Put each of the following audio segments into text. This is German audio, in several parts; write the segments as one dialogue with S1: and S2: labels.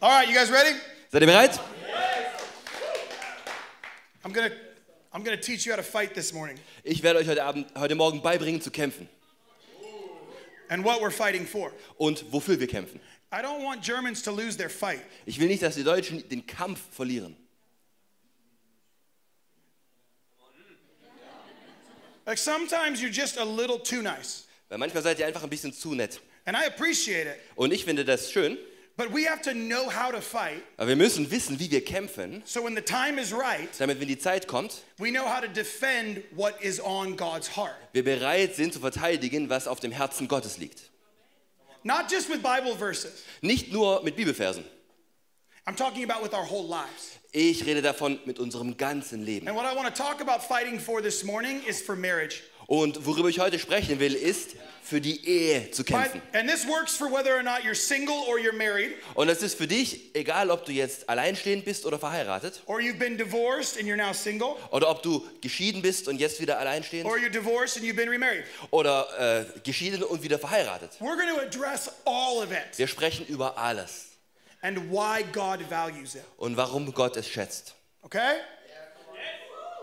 S1: All right, you guys ready?
S2: Seid ihr bereit?
S1: I'm gonna I'm gonna teach you how to fight this morning
S2: Ich werde euch heute, Abend, heute Morgen beibringen zu kämpfen
S1: and what we're fighting for.
S2: und wofür wir kämpfen.
S1: I don't want Germans to lose their fight.
S2: Ich will nicht, dass die Deutschen den Kampf verlieren.
S1: Like sometimes you're just a little too nice,
S2: Weil manchmal seid ihr einfach ein bisschen zu nett.
S1: and I appreciate it.
S2: Und ich finde das schön,
S1: But we have to know how to fight,
S2: aber wir müssen wissen, wie wir kämpfen,
S1: so when the time is right,
S2: damit, wenn die Zeit kommt,
S1: we know how to defend what is on God's heart.
S2: wir bereit sind zu verteidigen, was auf dem Herzen Gottes liegt.
S1: Not just with Bible verses.
S2: Nicht nur mit Bibelversen.
S1: I'm talking about with our whole lives.
S2: Ich rede davon mit unserem ganzen Leben.
S1: And what I want to talk about fighting for this morning is for marriage.
S2: Und worüber ich heute sprechen will, ist, für die Ehe zu
S1: But,
S2: kämpfen.
S1: and this works for whether or not you're single or you're married,
S2: Und das ist für dich, egal ob du jetzt alleinstehend bist oder verheiratet,
S1: or you've been divorced and you're now single,
S2: oder ob du geschieden bist und jetzt wieder alleinstehend,
S1: or you're divorced and you've been remarried.
S2: oder äh, geschieden und wieder verheiratet.
S1: We're going to address all of it
S2: Wir sprechen über alles
S1: and why God values it.
S2: und warum Gott es schätzt.
S1: Okay?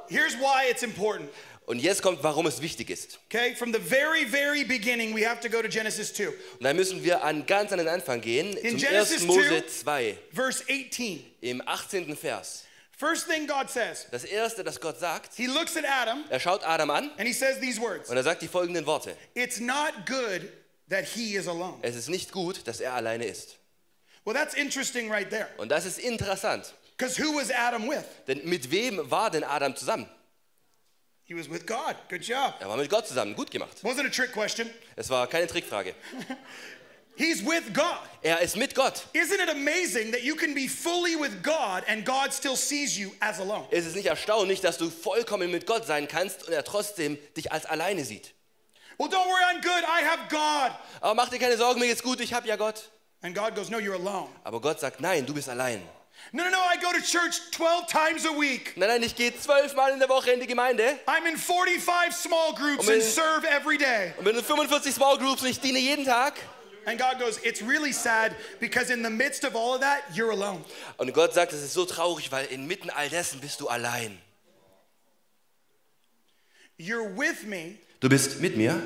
S1: Here's why it's important.
S2: Und jetzt kommt, warum es wichtig ist.
S1: Okay? From the very, very beginning, we have to go to Genesis 2,
S2: Und da müssen wir an ganz an den Anfang gehen,
S1: In
S2: zum
S1: Genesis
S2: 1.
S1: 2.
S2: Mose 2,
S1: verse 18.
S2: im 18. Vers.
S1: First thing God says,
S2: Das erste, das Gott sagt,
S1: He looks at Adam
S2: er schaut Adam an
S1: and He says these words
S2: und er sagt die folgenden Worte.
S1: It's not good that He is alone.
S2: Es ist nicht gut, dass er alleine ist.
S1: Well, that's interesting right there.
S2: Und das ist interessant,
S1: Because who was Adam with?
S2: denn mit wem war denn Adam zusammen?
S1: He was with God. Good job.
S2: Er war mit Gott zusammen, gut gemacht.
S1: Wasn't a trick question.
S2: Es war keine Trickfrage.
S1: He's with God.
S2: Er ist mit Gott.
S1: Isn't it amazing that you can be fully with God and God still sees you as alone?
S2: Es ist nicht erstaunlich, dass du vollkommen mit Gott sein kannst und er trotzdem dich als alleine sieht.
S1: Well, don't worry, I'm good. I have God.
S2: Aber mach dir keine Sorgen, mir geht's gut, ich hab ja Gott.
S1: And God goes, No, you're alone.
S2: Aber Gott sagt, nein, du bist allein.
S1: No, no, no, I go to church 12 times a week.
S2: Nein, nein, ich gehe zwölfmal in der Woche in die Gemeinde
S1: I'm in 45 small groups
S2: Amen.
S1: and serve every day.
S2: und bin in 45 Small Groups und ich diene jeden Tag.
S1: And God goes, It's really sad because in the midst of all of that, you're alone.
S2: Und Gott sagt, es ist so traurig, weil inmitten all dessen bist du allein.
S1: You're with me,
S2: Du bist mit mir,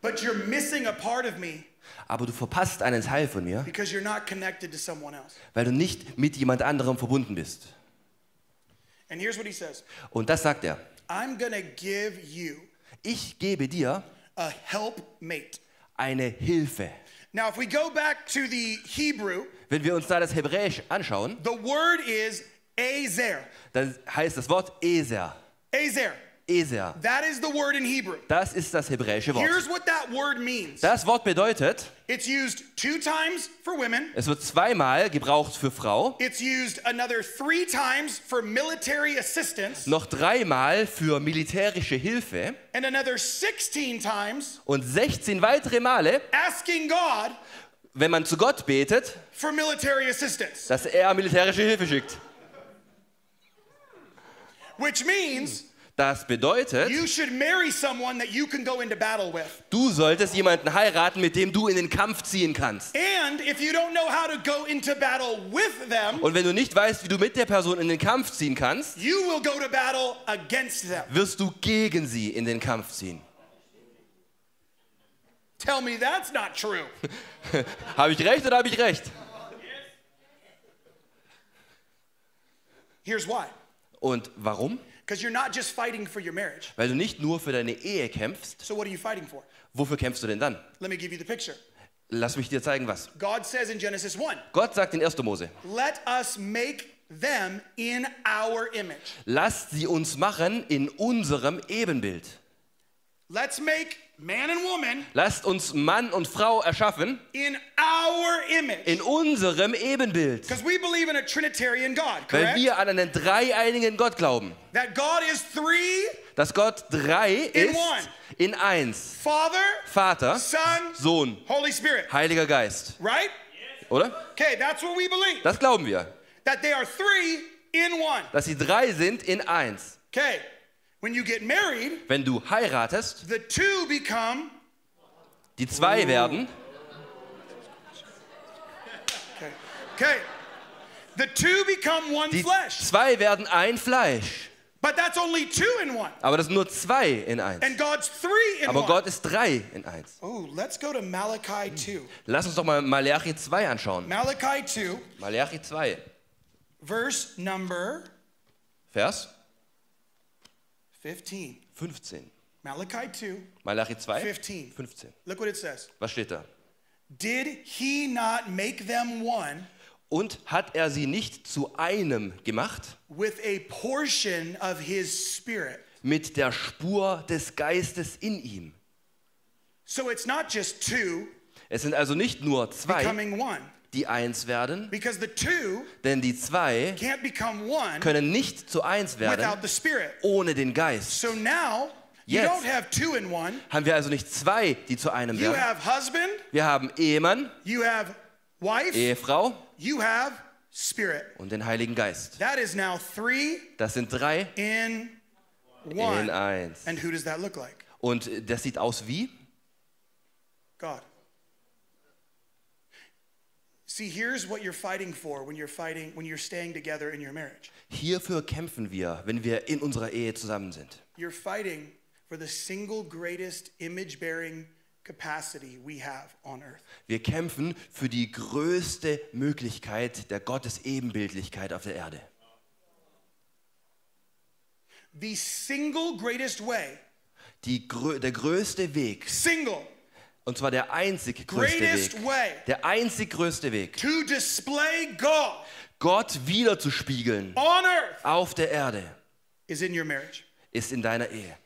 S1: but you're missing a part of me
S2: aber du verpasst einen Teil von mir,
S1: because you're not connected to someone else.
S2: weil du nicht mit jemand anderem verbunden bist.
S1: And here's what he says
S2: Und das sagt er.
S1: I'm going to give you
S2: Ich gebe dir
S1: a helpmate.
S2: eine Hilfe.
S1: Now, if we go back to the Hebrew,
S2: Wenn wir uns da das Hebräisch anschauen,
S1: the word is Azer.
S2: dann heißt das Wort Eser.
S1: Azer.
S2: Eser.
S1: That is the word in Hebrew.
S2: Das ist das hebräische Wort.
S1: Here's what that word means
S2: Das Wort bedeutet,
S1: it's used two times for women,
S2: es wird zweimal gebraucht für Frau,
S1: it's used another three times for military assistance,
S2: noch dreimal für militärische Hilfe
S1: and another 16 times
S2: und 16 weitere Male,
S1: asking God
S2: wenn man zu Gott betet,
S1: for military assistance,
S2: dass er militärische Hilfe schickt.
S1: which means
S2: Das bedeutet,
S1: you should marry someone that you can go into battle with.
S2: du solltest jemanden heiraten, mit dem du in den Kampf ziehen kannst.
S1: And if you don't know how to go into battle with them,
S2: Und wenn du nicht weißt, wie du mit der Person in den Kampf ziehen kannst,
S1: you will go to battle against them.
S2: wirst du gegen sie in den Kampf ziehen.
S1: Tell me that's not true.
S2: Habe ich recht oder habe ich recht?
S1: Here's why.
S2: Und warum?
S1: Because you're not just fighting for your marriage.
S2: Weil du nicht nur für deine Ehe kämpfst.
S1: So what are you fighting for?
S2: Wofür kämpfst du denn dann?
S1: Let me give you the picture.
S2: Lass mich dir zeigen, was.
S1: God says in Genesis 1,
S2: Gott sagt in 1. Mose:
S1: "Let us make them in our image."
S2: Lasst sie uns machen in unserem Ebenbild.
S1: Let's make man and woman
S2: Lasst uns Mann und Frau erschaffen
S1: in our image.
S2: in unserem Ebenbild.
S1: Because we believe in a trinitarian God,
S2: Weil
S1: correct?
S2: wir an einen dreieinigen Gott glauben.
S1: That God is three,
S2: Dass Gott drei
S1: In
S2: ist
S1: one.
S2: in eins.
S1: Father,
S2: Vater,
S1: Son,
S2: Sohn,
S1: Holy Spirit,
S2: Heiliger Geist.
S1: right?
S2: Oder?
S1: Okay, that's what we believe.
S2: Das glauben wir.
S1: That they are three in one.
S2: Dass sie drei sind in eins.
S1: Okay. When you get married,
S2: Wenn du heiratest,
S1: the two become
S2: die zwei werden.
S1: Okay. Okay. The two become one
S2: Die
S1: flesh.
S2: zwei werden ein Fleisch.
S1: But that's only two in one.
S2: Aber das sind nur zwei in eins.
S1: And God's three in
S2: Aber
S1: one.
S2: Gott ist drei in eins.
S1: Oh, let's go to Malachi 2.
S2: Lass uns doch mal Malachi 2 anschauen.
S1: Malachi 2,
S2: Malachi 2,
S1: verse number
S2: Vers
S1: 15.
S2: 15.
S1: Malachi 2,
S2: Malachi 2,
S1: 15.
S2: 15.
S1: Look what it says.
S2: Was steht da?
S1: Did he not make them one
S2: Und hat er sie nicht zu einem gemacht?
S1: with a portion of his spirit?
S2: Mit der Spur des Geistes in ihm.
S1: So it's not just two
S2: Es sind also nicht nur zwei,
S1: becoming one,
S2: die eins werden,
S1: because the two
S2: denn die zwei
S1: can't become one
S2: können nicht zu eins werden
S1: without the spirit.
S2: ohne den Geist.
S1: So now you
S2: Yes.
S1: don't have two in one.
S2: Haben wir also nicht zwei, die zu einem
S1: You
S2: werden.
S1: have husband,
S2: Wir haben Ehemann,
S1: you have wife,
S2: Ehefrau
S1: you have spirit.
S2: und den Heiligen Geist.
S1: That is now three
S2: Das sind drei
S1: in
S2: in
S1: one.
S2: eins.
S1: And who does that look like?
S2: Und das sieht aus wie?
S1: God. See, here's what you're fighting for when you're fighting when you're staying together in your marriage.
S2: Hierfür kämpfen wir, wenn wir in unserer Ehe zusammen sind.
S1: You're fighting for the single greatest image-bearing capacity we have on earth.
S2: Wir kämpfen für die größte Möglichkeit der Gottesebenbildlichkeit auf der Erde.
S1: The single greatest way,
S2: Die, grö- der größte Weg,
S1: single
S2: und zwar der einzig größte
S1: greatest
S2: Weg,
S1: way
S2: der einzig größte Weg,
S1: to display God
S2: Gott wiederzuspiegeln
S1: on earth
S2: auf der Erde,
S1: is in your marriage.
S2: ist in deiner Ehe.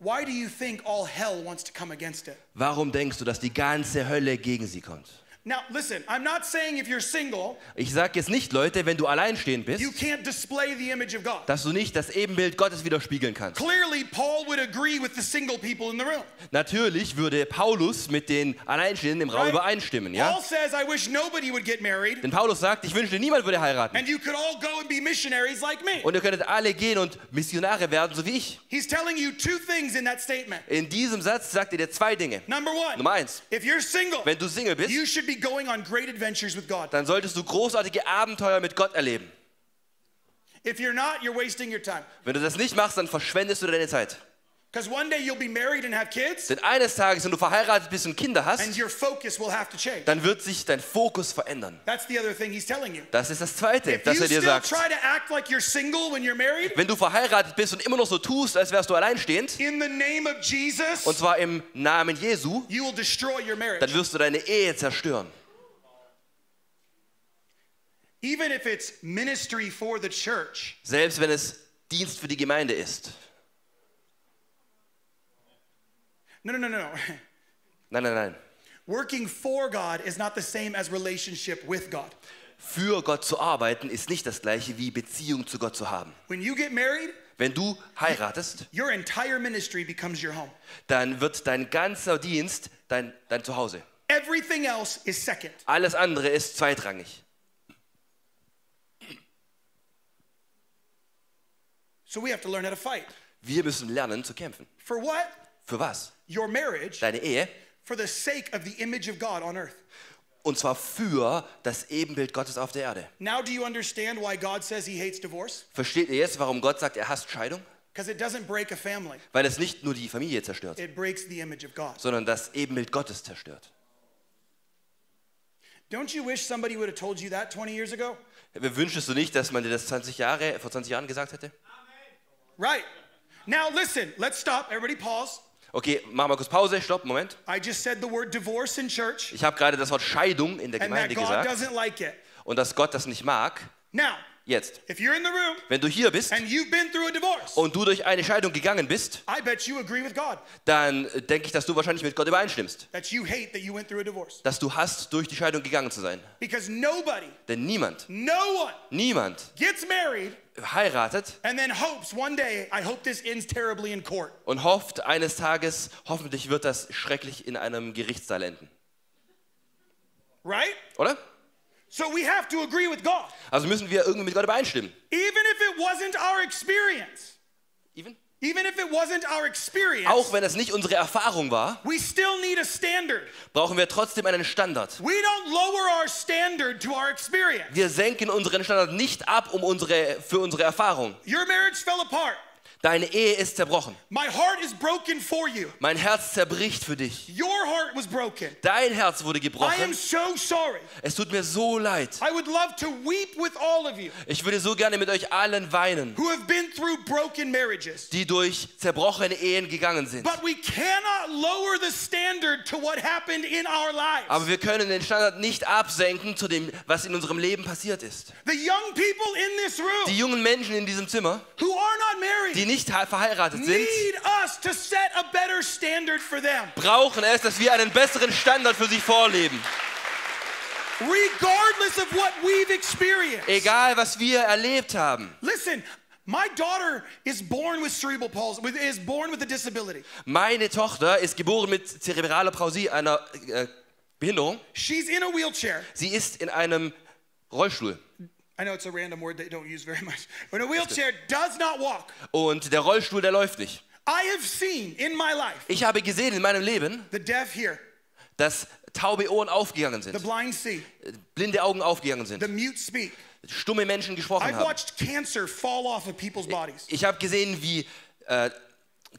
S1: Why do you think all hell wants to come against it?
S2: Warum denkst du, dass die ganze Hölle gegen sie kommt?
S1: Now, listen, I'm not saying if you're single,
S2: Ich sage jetzt nicht, Leute, wenn du alleinstehend
S1: you
S2: bist,
S1: can't display the image of God.
S2: dass du nicht das Ebenbild Gottes widerspiegeln kannst.
S1: Clearly, Paul would agree with the single people in the room.
S2: Natürlich würde Paulus mit den Alleinstehenden im Raum
S1: right?
S2: übereinstimmen, ja?
S1: Paul says, I wish nobody would get married,
S2: Denn Paulus sagt, ich wünschte, niemand würde heiraten.
S1: and you could all go and be missionaries like me.
S2: Und ihr könntet alle gehen und Missionare werden, so wie ich.
S1: He's telling you two things in that statement.
S2: In diesem Satz sagt er dir zwei Dinge.
S1: Number one,
S2: Nummer eins,
S1: if you're single,
S2: wenn du Single bist,
S1: you should be going on great adventures with God.
S2: dann solltest du großartige Abenteuer mit Gott erleben.
S1: If you're not, you're wasting your time.
S2: Wenn du das nicht machst, dann verschwendest du deine Zeit.
S1: Because one day you'll be married and have kids,
S2: Denn eines Tages, wenn du verheiratet bist und Kinder
S1: and
S2: hast,
S1: your focus will have to change.
S2: dann wird sich dein Fokus verändern.
S1: That's the other thing he's telling you.
S2: Das ist das Zweite,
S1: If
S2: dass
S1: you
S2: er dir
S1: still
S2: sagt.
S1: try to act like you're single when you're married,
S2: Wenn du verheiratet bist und immer noch so tust, als wärst du alleinstehend,
S1: in the name of Jesus,
S2: und zwar im Namen Jesu,
S1: you will destroy your
S2: dann
S1: marriage.
S2: wirst du deine Ehe zerstören.
S1: Even if it's ministry for the church,
S2: Selbst wenn es Dienst für die Gemeinde ist.
S1: No, no, no, no.
S2: Nein, nein, nein.
S1: Working for God is not the same as relationship with God.
S2: Für Gott zu arbeiten ist nicht das gleiche wie Beziehung zu Gott zu haben.
S1: When you get married,
S2: Wenn du heiratest,
S1: your entire ministry becomes your home.
S2: dann wird dein ganzer Dienst dein, dein Zuhause.
S1: Everything else is second.
S2: Alles andere ist zweitrangig.
S1: So we have to learn how to fight.
S2: Wir müssen lernen zu kämpfen.
S1: For what?
S2: Für was?
S1: Your marriage,
S2: Deine Ehe.
S1: for the sake of the image of God on earth.
S2: Und zwar für das Ebenbild Gottes auf der Erde.
S1: Now, do you understand why God says he hates divorce?
S2: Versteht ihr jetzt, warum Gott sagt, er hasst Scheidung?
S1: Because it doesn't break a family,
S2: Weil es nicht nur die Familie zerstört,
S1: it breaks the image of God.
S2: sondern das Ebenbild Gottes zerstört.
S1: Don't you wish somebody would have told you that 20 years ago?
S2: Äh, Wünschest du nicht, dass man dir das 20 Jahre, äh, vor 20 Jahren gesagt hätte?
S1: Right. Now, listen, let's stop. Everybody pause.
S2: Okay, machen wir kurz Pause, stopp, Moment.
S1: I just said the word divorce in church.
S2: Ich habe gerade das Wort Scheidung in der
S1: and that
S2: Gemeinde
S1: God
S2: gesagt
S1: doesn't like it.
S2: und dass Gott das nicht mag.
S1: Now,
S2: Jetzt,
S1: if you're in the room
S2: wenn du hier bist
S1: and you've been through a divorce,
S2: und du durch eine Scheidung gegangen bist,
S1: I bet you agree with God
S2: dann äh, denke ich, dass du wahrscheinlich mit Gott übereinstimmst,
S1: that you hate that you went through a divorce.
S2: dass du hast, durch die Scheidung gegangen zu sein.
S1: Because nobody,
S2: Denn niemand,
S1: no one
S2: niemand
S1: gets married
S2: heiratet
S1: and then hopes one day, I hope this ends terribly in court.
S2: und hofft eines Tages, hoffentlich wird das schrecklich in einem Gerichtssaal enden.
S1: Right?
S2: Oder?
S1: So we have to agree with God.
S2: Also müssen wir irgendwie mit Gott übereinstimmen.
S1: Even if it wasn't our experience,
S2: Even?
S1: Even if it wasn't our experience,
S2: Auch wenn das nicht unsere Erfahrung war,
S1: we still need a standard.
S2: brauchen wir trotzdem einen Standard.
S1: We don't lower our standard to our experience.
S2: Wir senken unseren Standard nicht ab um unsere, für unsere Erfahrung.
S1: Your marriage fell apart.
S2: Deine Ehe ist zerbrochen.
S1: My heart is broken for you.
S2: Mein Herz zerbricht für dich.
S1: Your heart was broken.
S2: Dein Herz wurde
S1: I am
S2: gebrochen.
S1: so sorry.
S2: Es tut mir so leid.
S1: I would love to weep with all of you
S2: Ich würde so gerne mit euch allen weinen,
S1: who have been through broken marriages.
S2: die durch zerbrochene Ehen gegangen sind.
S1: But we cannot lower the standard to what happened in our lives.
S2: Aber wir können den Standard nicht absenken zu dem, was in unserem Leben passiert ist.
S1: The young people in this
S2: Die
S1: room
S2: jungen Menschen in diesem Zimmer,
S1: who are not married
S2: die nicht ha- verheiratet sind,
S1: need us to set a better standard for them,
S2: brauchen es, dass wir einen besseren Standard für sie vorleben.
S1: regardless of what we've experienced.
S2: Egal, was wir erlebt haben.
S1: Listen, my daughter is born with cerebral palsy, with, is born with a disability.
S2: Meine Tochter ist geboren mit zerebraler Palsie, einer äh, Behinderung.
S1: She's in a wheelchair.
S2: Sie ist in einem Rollstuhl.
S1: I know it's a random word they don't use very much. When a wheelchair does not walk,
S2: Und der Rollstuhl, der läuft nicht.
S1: I have seen in my life
S2: Ich habe gesehen in meinem Leben,
S1: the deaf hear,
S2: dass taube Ohren aufgegangen
S1: the
S2: sind,
S1: blind see,
S2: blinde Augen aufgegangen
S1: the
S2: sind,
S1: mute speak.
S2: stumme Menschen gesprochen
S1: I've
S2: haben.
S1: watched cancer fall off of people's bodies
S2: Ich habe gesehen, wie äh,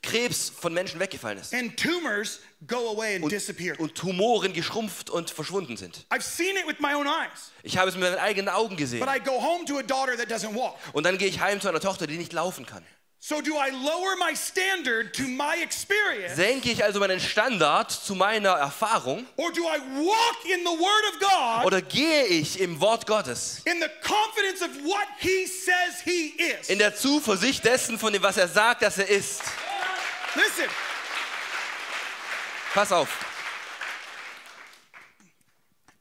S2: Krebs von Menschen weggefallen ist
S1: and tumors go away and disappear.
S2: und Tumoren geschrumpft und verschwunden sind.
S1: I've seen it with my own eyes,
S2: Ich habe es mit meinen eigenen Augen gesehen.
S1: but I go home to a daughter that doesn't walk.
S2: Und dann gehe ich heim zu einer Tochter, die nicht laufen kann.
S1: So, do I lower my standard to my experience
S2: Senke ich also meinen Standard zu meiner Erfahrung
S1: or do I walk in the Word of God
S2: oder gehe ich im Wort Gottes
S1: in the confidence of what He says He is?
S2: in der Zuversicht dessen, von dem, was er sagt, dass er ist?
S1: Listen,
S2: Pass auf.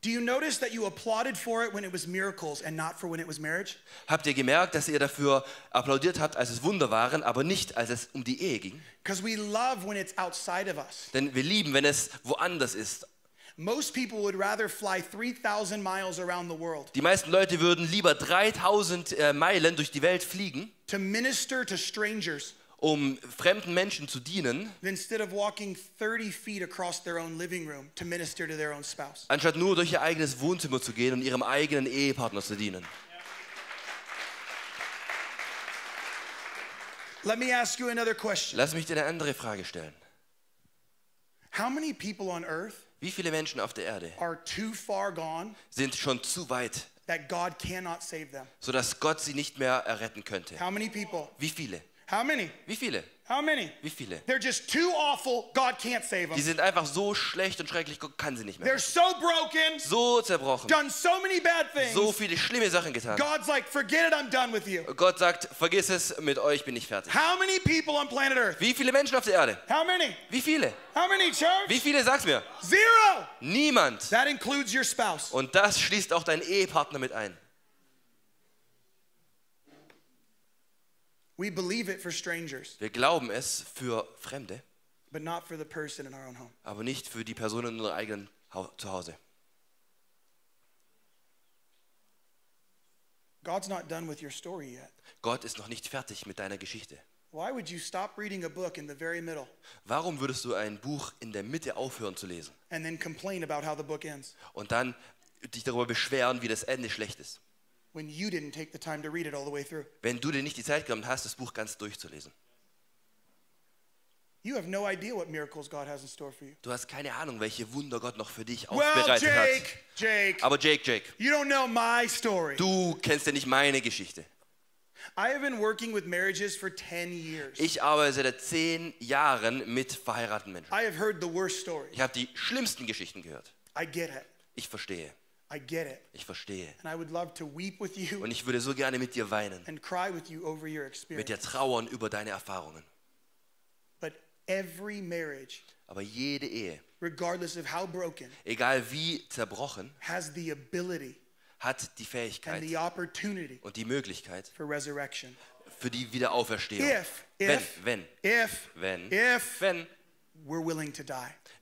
S1: do you notice that you applauded for it when it was miracles and not for when it was marriage?
S2: Habt ihr gemerkt, dass ihr dafür applaudiert habt, als es Wunder waren, aber nicht, als es um die Ehe ging?
S1: Because we love when it's outside of us.
S2: Denn wir lieben, wenn es woanders ist.
S1: Most people would rather fly 3,000 miles around the world
S2: Die meisten Leute würden lieber 3000 äh, Meilen durch die Welt fliegen,
S1: to minister to strangers
S2: um fremden Menschen zu dienen,
S1: than instead of walking 30 feet across their own living room to minister to their own spouse.
S2: anstatt nur durch ihr eigenes Wohnzimmer zu gehen und ihrem eigenen Ehepartner zu dienen.
S1: Let me ask you another question.
S2: Lass mich dir eine andere Frage stellen.
S1: How many people on earth
S2: Wie viele Menschen auf der Erde
S1: are too far gone
S2: sind schon zu weit,
S1: that God cannot save them?
S2: sodass Gott sie nicht mehr erretten könnte?
S1: How many people?
S2: Wie viele?
S1: How many?
S2: Wie viele?
S1: How many?
S2: Wie viele?
S1: They're just too awful. God can't save
S2: Die
S1: them.
S2: sind einfach so schlecht und schrecklich, Gott kann sie nicht mehr.
S1: They're so broken,
S2: So zerbrochen,
S1: done so many bad
S2: so
S1: things.
S2: viele schlimme Sachen getan.
S1: God's like, forget it, I'm done with you.
S2: Gott sagt, vergiss es, mit euch bin ich fertig.
S1: How many people on planet Earth?
S2: Wie viele Menschen auf der Erde?
S1: How many?
S2: Wie viele?
S1: How many, church?
S2: Wie viele? Sag's mir.
S1: Zero.
S2: Niemand.
S1: That includes your spouse.
S2: Und das schließt auch deinen Ehepartner mit ein.
S1: We believe it for strangers,
S2: Wir glauben es für Fremde,
S1: but not for the person in our own home.
S2: aber nicht für die Person in unserem eigenen Hau- Zuhause.
S1: God's not done with your story yet.
S2: Gott ist noch nicht fertig mit deiner Geschichte.
S1: Why would you stop reading a book in the very middle
S2: Warum würdest du ein Buch in der Mitte aufhören zu lesen
S1: and then complain about how the book ends
S2: und dann dich darüber beschweren, wie das Ende schlecht ist,
S1: when you didn't take the time to read it all the way through?
S2: wenn du dir nicht die Zeit genommen hast, das Buch ganz durchzulesen?
S1: You have no idea what miracles God has in store for you.
S2: Du hast keine Ahnung, welche Wunder Gott noch für dich
S1: Well,
S2: aufbereitet hat.
S1: Jake, Jake,
S2: Aber Jake, Jake,
S1: you don't know my story.
S2: du kennst ja nicht meine Geschichte.
S1: I have been working with marriages for 10 years.
S2: Ich arbeite seit zehn Jahren mit verheirateten Menschen.
S1: I have heard the worst stories.
S2: Ich habe die schlimmsten Geschichten gehört.
S1: I get it.
S2: Ich verstehe,
S1: I get it.
S2: ich verstehe.
S1: And I would love to weep with you
S2: Und ich würde so gerne mit dir weinen,
S1: and cry with you over your
S2: mit
S1: experience.
S2: dir trauern über deine Erfahrungen.
S1: But every marriage,
S2: Aber jede Ehe,
S1: regardless of how broken,
S2: egal wie zerbrochen,
S1: has the ability
S2: hat die
S1: and
S2: Fähigkeit
S1: the opportunity
S2: und die Möglichkeit
S1: for resurrection.
S2: für die Wiederauferstehung.
S1: If,
S2: wenn,
S1: if,
S2: wenn,
S1: if,
S2: wenn,
S1: if
S2: wenn
S1: we're willing to die.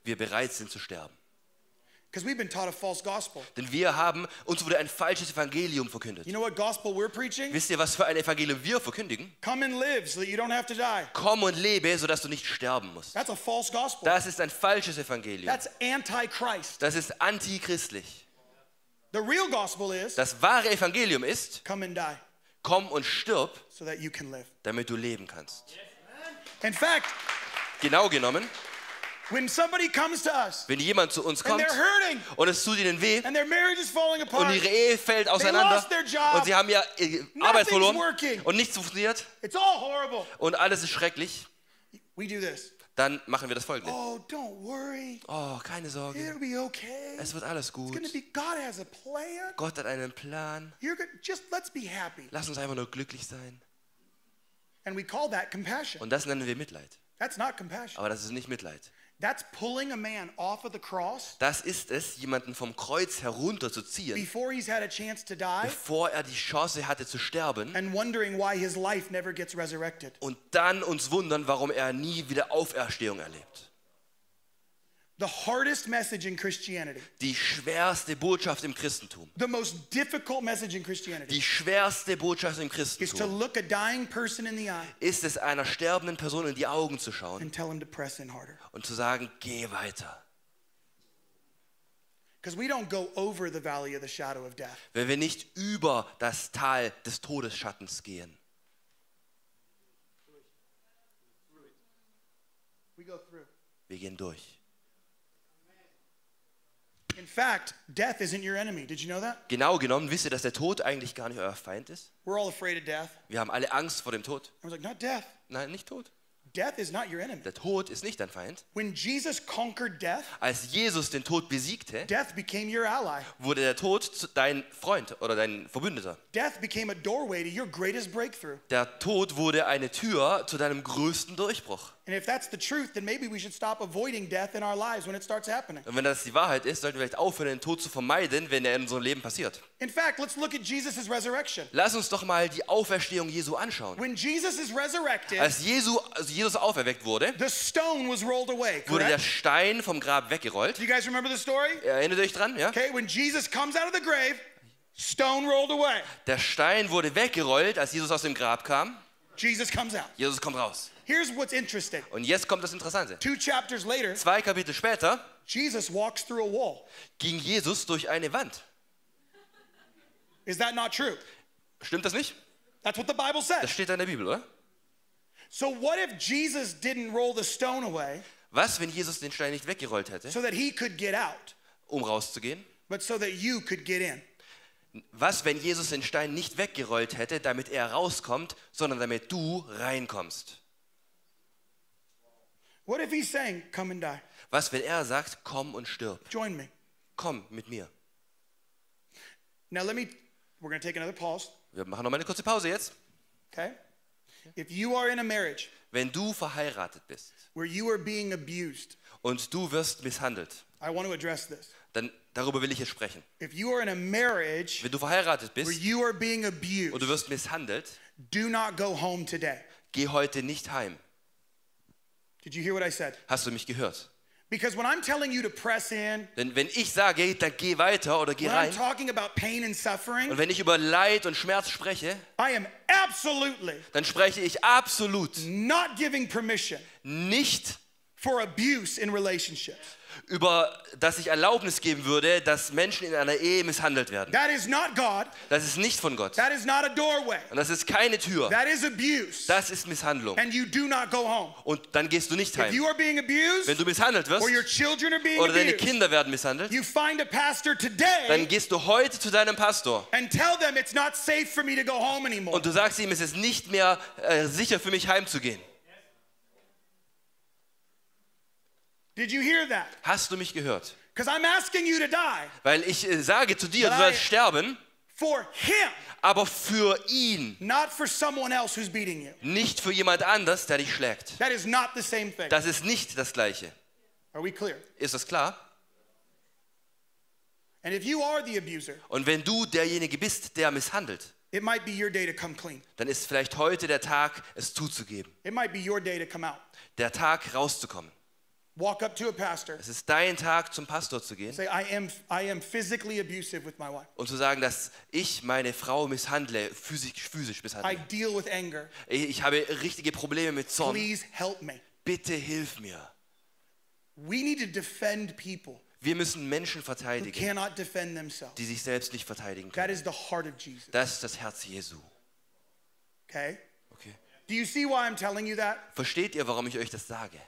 S2: wir bereit sind zu sterben.
S1: Because we've been taught a false gospel.
S2: Denn wir haben, uns wurde ein falsches Evangelium verkündet.
S1: You know what gospel we're preaching?
S2: Wisst ihr, was für ein Evangelium wir verkündigen?
S1: Come and live so that you don't have to die.
S2: Komm und lebe, sodass du nicht sterben musst.
S1: That's a false gospel.
S2: Das ist ein falsches Evangelium.
S1: That's anti-Christ.
S2: Das ist antichristlich.
S1: The real gospel is
S2: Das wahre Evangelium ist,
S1: come and die
S2: komm und stirb,
S1: so that you can live.
S2: damit du leben kannst.
S1: In fact,
S2: Genau genommen,
S1: when somebody comes to us
S2: wenn jemand zu uns
S1: and
S2: kommt
S1: they're hurting
S2: und es tut ihnen weh
S1: and their marriage is falling
S2: und
S1: apart,
S2: ihre Ehe fällt auseinander
S1: lost their job.
S2: und sie haben ja äh, Arbeit verloren
S1: working.
S2: und nichts funktioniert
S1: it's all horrible.
S2: und alles ist schrecklich,
S1: We do this.
S2: dann machen wir das folgende.
S1: Oh, don't worry.
S2: Oh, keine Sorge,
S1: It'll be okay. It's
S2: es wird alles gut.
S1: gonna be God has a plan.
S2: Gott hat einen Plan.
S1: You're gonna just let's be happy.
S2: Lass uns einfach nur glücklich sein.
S1: And we call that compassion.
S2: Und das nennen wir Mitleid.
S1: That's not compassion.
S2: Aber das ist nicht Mitleid.
S1: That's pulling a man off of the cross
S2: Das ist es, jemanden vom Kreuz herunterzuziehen,
S1: before he's had a chance to die
S2: bevor er die Chance hatte zu sterben
S1: and wondering why his life never gets resurrected.
S2: und dann uns wundern, warum er nie wieder Auferstehung erlebt.
S1: The hardest message in Christianity,
S2: Die schwerste Botschaft im Christentum.
S1: the most difficult message in Christianity,
S2: Die schwerste Botschaft im
S1: is to
S2: Christentum
S1: look a dying person in the eye
S2: ist es, einer sterbenden Person in die Augen zu schauen
S1: and tell him to press in harder.
S2: und zu sagen, geh weiter.
S1: Because we don't go over the valley of the shadow of death.
S2: Wenn wir nicht über das Tal des Todesschattens gehen,
S1: We go through.
S2: wir gehen durch.
S1: In fact, death isn't your enemy. Did you know that?
S2: Genau genommen wisst ihr, dass der Tod eigentlich gar nicht euer Feind ist.
S1: We're all afraid of death.
S2: Wir haben alle Angst vor dem Tod.
S1: I was like, not death.
S2: Nein, nicht Tod.
S1: Death is not your enemy.
S2: Der Tod ist nicht dein Feind.
S1: When Jesus conquered death,
S2: Als Jesus den Tod besiegte,
S1: death became your ally.
S2: wurde der Tod zu- dein Freund oder dein Verbündeter.
S1: Death became a doorway to your greatest breakthrough.
S2: Der Tod wurde eine Tür zu deinem größten Durchbruch.
S1: And if that's the truth, then maybe we should stop avoiding death in our lives when it starts happening.
S2: Und wenn das die Wahrheit ist, sollten wir vielleicht aufhören, den Tod zu vermeiden, wenn er in unserem Leben passiert.
S1: In fact, let's look at Jesus' resurrection.
S2: Lass uns doch mal die Auferstehung Jesu anschauen.
S1: When Jesus is resurrected,
S2: Als, Jesu, als Jesus auferweckt wurde,
S1: the stone was rolled away,
S2: wurde der
S1: correct?
S2: Stein vom Grab weggerollt.
S1: Do you guys remember the story?
S2: Erinnert euch dran, ja?
S1: Okay, when Jesus comes out of the grave, stone rolled away.
S2: Der Stein wurde weggerollt, als Jesus aus dem Grab kam.
S1: Jesus comes out.
S2: Jesus kommt raus.
S1: Here's what's interesting.
S2: Und jetzt kommt das Interessante.
S1: Two chapters later,
S2: Zwei Kapitel später
S1: Jesus walks through a wall.
S2: ging Jesus durch eine Wand.
S1: Is that not true?
S2: Stimmt das nicht?
S1: That's what the Bible
S2: Das
S1: says.
S2: steht da in der Bibel, oder?
S1: So, what if Jesus didn't roll the stone away
S2: Was, wenn Jesus den Stein nicht weggerollt hätte,
S1: so that he could get out,
S2: um rauszugehen?
S1: but so that you could get in?
S2: Was, wenn Jesus den Stein nicht weggerollt hätte, damit er rauskommt, sondern damit du reinkommst?
S1: What if he's saying, Come and die?
S2: Was, wenn er sagt, komm und stirb?
S1: Join me.
S2: Komm mit mir.
S1: Now, let me, we're going to take another pause,
S2: Wir machen noch mal eine kurze Pause jetzt.
S1: okay? If you are in a marriage
S2: Wenn du verheiratet bist
S1: where you are being abused,
S2: und du wirst misshandelt,
S1: I want to address this.
S2: dann darüber will ich jetzt sprechen.
S1: If you are in a marriage
S2: Wenn du verheiratet
S1: where
S2: bist
S1: you are being
S2: und
S1: abused,
S2: du wirst misshandelt,
S1: do not go home today.
S2: geh heute nicht heim.
S1: Did you hear what I said?
S2: Hast du mich gehört?
S1: Because when I'm telling you to press in,
S2: Denn wenn ich sage, dann geh weiter oder geh
S1: when I'm
S2: rein,
S1: talking about pain and
S2: und
S1: suffering,
S2: wenn ich über Leid und Schmerz spreche,
S1: I am absolutely
S2: dann spreche ich absolut
S1: not giving permission
S2: nicht
S1: for abuse in relationships.
S2: über, dass ich Erlaubnis geben würde, dass Menschen in einer Ehe misshandelt werden.
S1: That is not God.
S2: Das ist nicht von Gott.
S1: That is not a doorway.
S2: Und das ist keine Tür.
S1: That is abuse.
S2: Das ist Misshandlung.
S1: And you do not go home.
S2: Und dann gehst du nicht
S1: If you
S2: heim.
S1: are being abused
S2: Wenn du misshandelt
S1: or your
S2: wirst
S1: children are being
S2: oder deine
S1: abused,
S2: Kinder werden misshandelt,
S1: you find a pastor
S2: dann
S1: today
S2: gehst du heute zu deinem Pastor
S1: and tell them it's not safe for me to go home anymore.
S2: und du sagst ihm, es ist nicht mehr äh, sicher für mich heimzugehen.
S1: Did you hear that?
S2: Hast du mich gehört?
S1: Because I'm asking you to die
S2: Weil ich äh, sage zu dir, du sollst sterben,
S1: for him,
S2: aber für ihn,
S1: not for someone else who's beating you.
S2: nicht für jemand anders, der dich schlägt.
S1: That is not the same thing.
S2: Das ist nicht das Gleiche.
S1: Are we clear?
S2: Ist das klar?
S1: And if you are the abuser,
S2: Und wenn du derjenige bist, der misshandelt,
S1: it might be your day to come clean.
S2: dann ist vielleicht heute der Tag, es zuzugeben,
S1: It might be your day to come out.
S2: der Tag rauszukommen.
S1: Walk up to a pastor,
S2: Es ist dein Tag, zum Pastor zu gehen
S1: say, I am, I am physically abusive with my wife.
S2: und zu sagen, dass ich meine Frau misshandle, physisch, physisch
S1: I
S2: misshandle.
S1: deal with anger.
S2: Ich, ich habe richtige Probleme mit Zorn.
S1: Please help me.
S2: Bitte hilf mir.
S1: We need to defend people
S2: Wir müssen Menschen
S1: who
S2: verteidigen,
S1: cannot defend themselves.
S2: die sich selbst nicht verteidigen
S1: That
S2: können.
S1: is the heart of Jesus.
S2: Das ist das Herz Jesu.
S1: Okay?
S2: Okay.
S1: Do you see why I'm telling you that?
S2: Versteht ihr, warum ich euch das sage?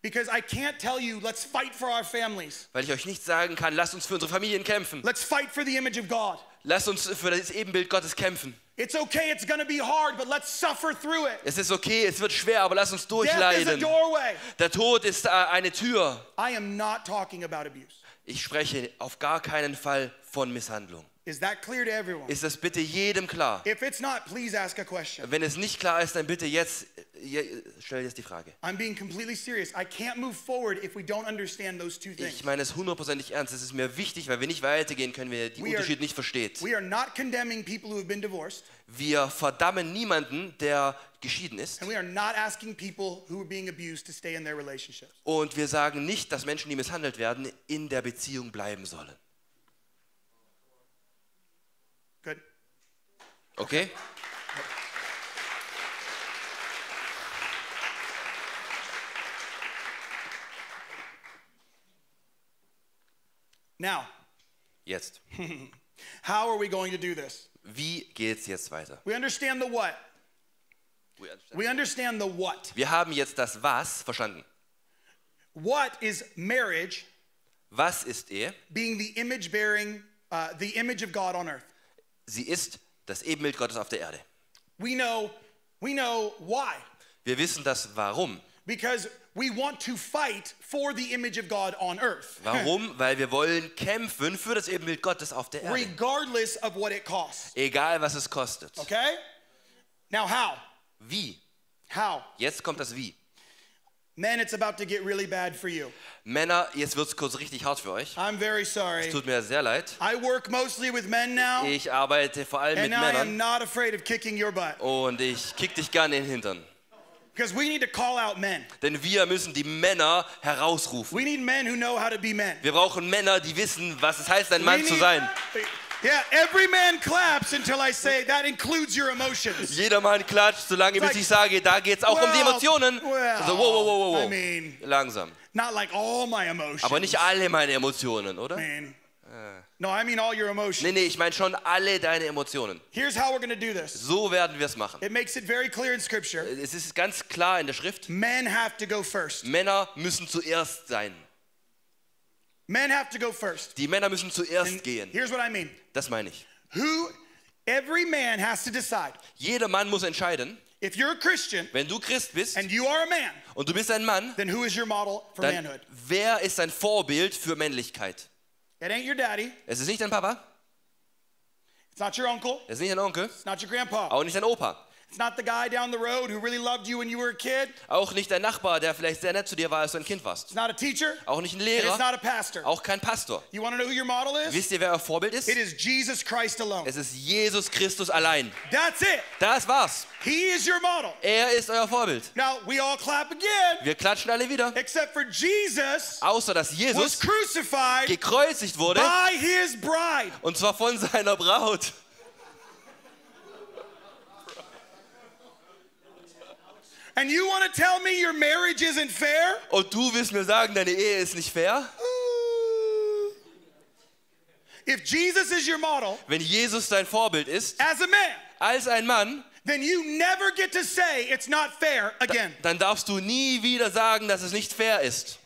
S1: Because I can't tell you, let's fight for our families.
S2: Weil ich euch nicht sagen kann, lasst uns für unsere Familien kämpfen.
S1: Let's fight for the image of God.
S2: Lasst uns für das Ebenbild Gottes kämpfen.
S1: It's okay, it's gonna be hard, but let's suffer through it.
S2: Es ist okay, es wird schwer, aber lasst uns
S1: Death is a
S2: durchleiden.
S1: doorway.
S2: Der Tod ist äh, eine Tür.
S1: I am not talking about abuse.
S2: Ich spreche auf gar keinen Fall von Misshandlung.
S1: Is that clear to everyone?
S2: Ist das bitte jedem klar?
S1: If it's not, please ask a question.
S2: Wenn es nicht klar ist, dann bitte jetzt, je, stell jetzt die Frage.
S1: I'm being completely serious. I can't move forward if we don't understand those two things.
S2: Ich meine es hundertprozentig ernst. Es ist mir wichtig, weil wir nicht weitergehen können, wenn ihr den
S1: We are-
S2: Unterschied nicht versteht.
S1: We are not condemning people who have been divorced,
S2: Wir verdammen niemanden, der geschieden ist.
S1: and we are not asking people who are being abused to stay in their relationships.
S2: Und wir sagen nicht, dass Menschen, die misshandelt werden, in der Beziehung bleiben sollen.
S1: Good.
S2: Okay?
S1: Now,
S2: Jetzt.
S1: how are we going to do this?
S2: Wie geht's jetzt weiter?
S1: We understand the what. We understand the what.
S2: Wir haben jetzt das Was verstanden.
S1: What is marriage
S2: Was ist Ehe?
S1: being the image bearing, uh, the image of God on earth?
S2: Sie ist das Ebenbild Gottes auf der Erde.
S1: We know, we know why.
S2: Wir wissen das Warum.
S1: Because we want to fight for the image of God on earth,
S2: Warum? Weil wir wollen kämpfen für das Ebenbild Gottes auf der Erde.
S1: regardless of what it costs.
S2: Egal, was es kostet.
S1: Okay? Now, how?
S2: Wie?
S1: How?
S2: Jetzt kommt das Wie.
S1: Men, it's about to get really bad for you.
S2: Männer, jetzt wird's kurz richtig hart für euch.
S1: I'm very sorry.
S2: Tut mir sehr leid.
S1: I work mostly with men now,
S2: Ich arbeite vor allem mit
S1: and I am
S2: Männern
S1: not afraid of kicking your butt.
S2: und ich kick dich gerne in den Hintern.
S1: Because we need to call out men.
S2: Denn wir müssen die Männer herausrufen.
S1: We need men who know how to be men.
S2: Wir brauchen Männer, die wissen, was es heißt, ein Mann
S1: We
S2: zu
S1: need-
S2: sein.
S1: Yeah, every man claps until I say that includes your emotions.
S2: Jeder Mann klatscht, solange bis
S1: Like-
S2: ich sage, da geht's auch um die
S1: Well,
S2: Emotionen.
S1: well,
S2: Also, wow, wow, wow, wow, wow.
S1: I mean-
S2: Langsam.
S1: Not like all my emotions.
S2: Aber nicht alle meine Emotionen, oder?
S1: man. No, I mean all your emotions.
S2: Nee, nee, ich meine schon alle deine Emotionen.
S1: Here's how we're going to do this.
S2: So werden wir es machen.
S1: It makes it very clear in scripture.
S2: Es ist ganz klar in der Schrift,
S1: Men have to go first.
S2: Männer müssen zuerst sein.
S1: Men have to go first.
S2: Die Männer müssen zuerst gehen.
S1: Here's what I mean.
S2: Das meine ich.
S1: Who every man has to decide.
S2: Jeder Mann muss entscheiden,
S1: If you're a Christian
S2: wenn du Christ bist
S1: and you are a man,
S2: und du bist ein Mann,
S1: then who is your model for
S2: dann
S1: manhood?
S2: wer ist dein Vorbild für Männlichkeit?
S1: It ain't your daddy,
S2: Es ist nicht dein Papa,
S1: it's not your uncle,
S2: es ist nicht dein Onkel,
S1: it's not your grandpa.
S2: auch nicht dein Opa,
S1: It's not the guy down the road who really loved you when you were a kid.
S2: auch nicht dein Nachbar, der vielleicht sehr nett zu dir war, als du ein Kind warst,
S1: It's not a teacher.
S2: auch nicht ein
S1: And it's
S2: Lehrer,
S1: not a pastor.
S2: auch kein Pastor.
S1: You want to know who your model is?
S2: Wisst ihr, wer euer Vorbild ist?
S1: It is Jesus Christ alone.
S2: Es ist Jesus Christus allein.
S1: That's it.
S2: Das war's.
S1: He is your model.
S2: Er ist euer Vorbild.
S1: Now, we all clap again,
S2: Wir klatschen alle wieder.
S1: except for Jesus
S2: Außer dass
S1: was
S2: Jesus
S1: crucified
S2: gekreuzigt wurde
S1: by his bride.
S2: und zwar von seiner Braut.
S1: And you want to tell me your marriage isn't fair?
S2: Und du willst mir sagen, deine Ehe ist nicht fair?
S1: If Jesus is your model
S2: Wenn Jesus dein Vorbild ist,
S1: as a man,
S2: als ein Mann,
S1: then you never get to say it's not fair again.
S2: dann darfst du nie wieder sagen, dass es nicht fair ist.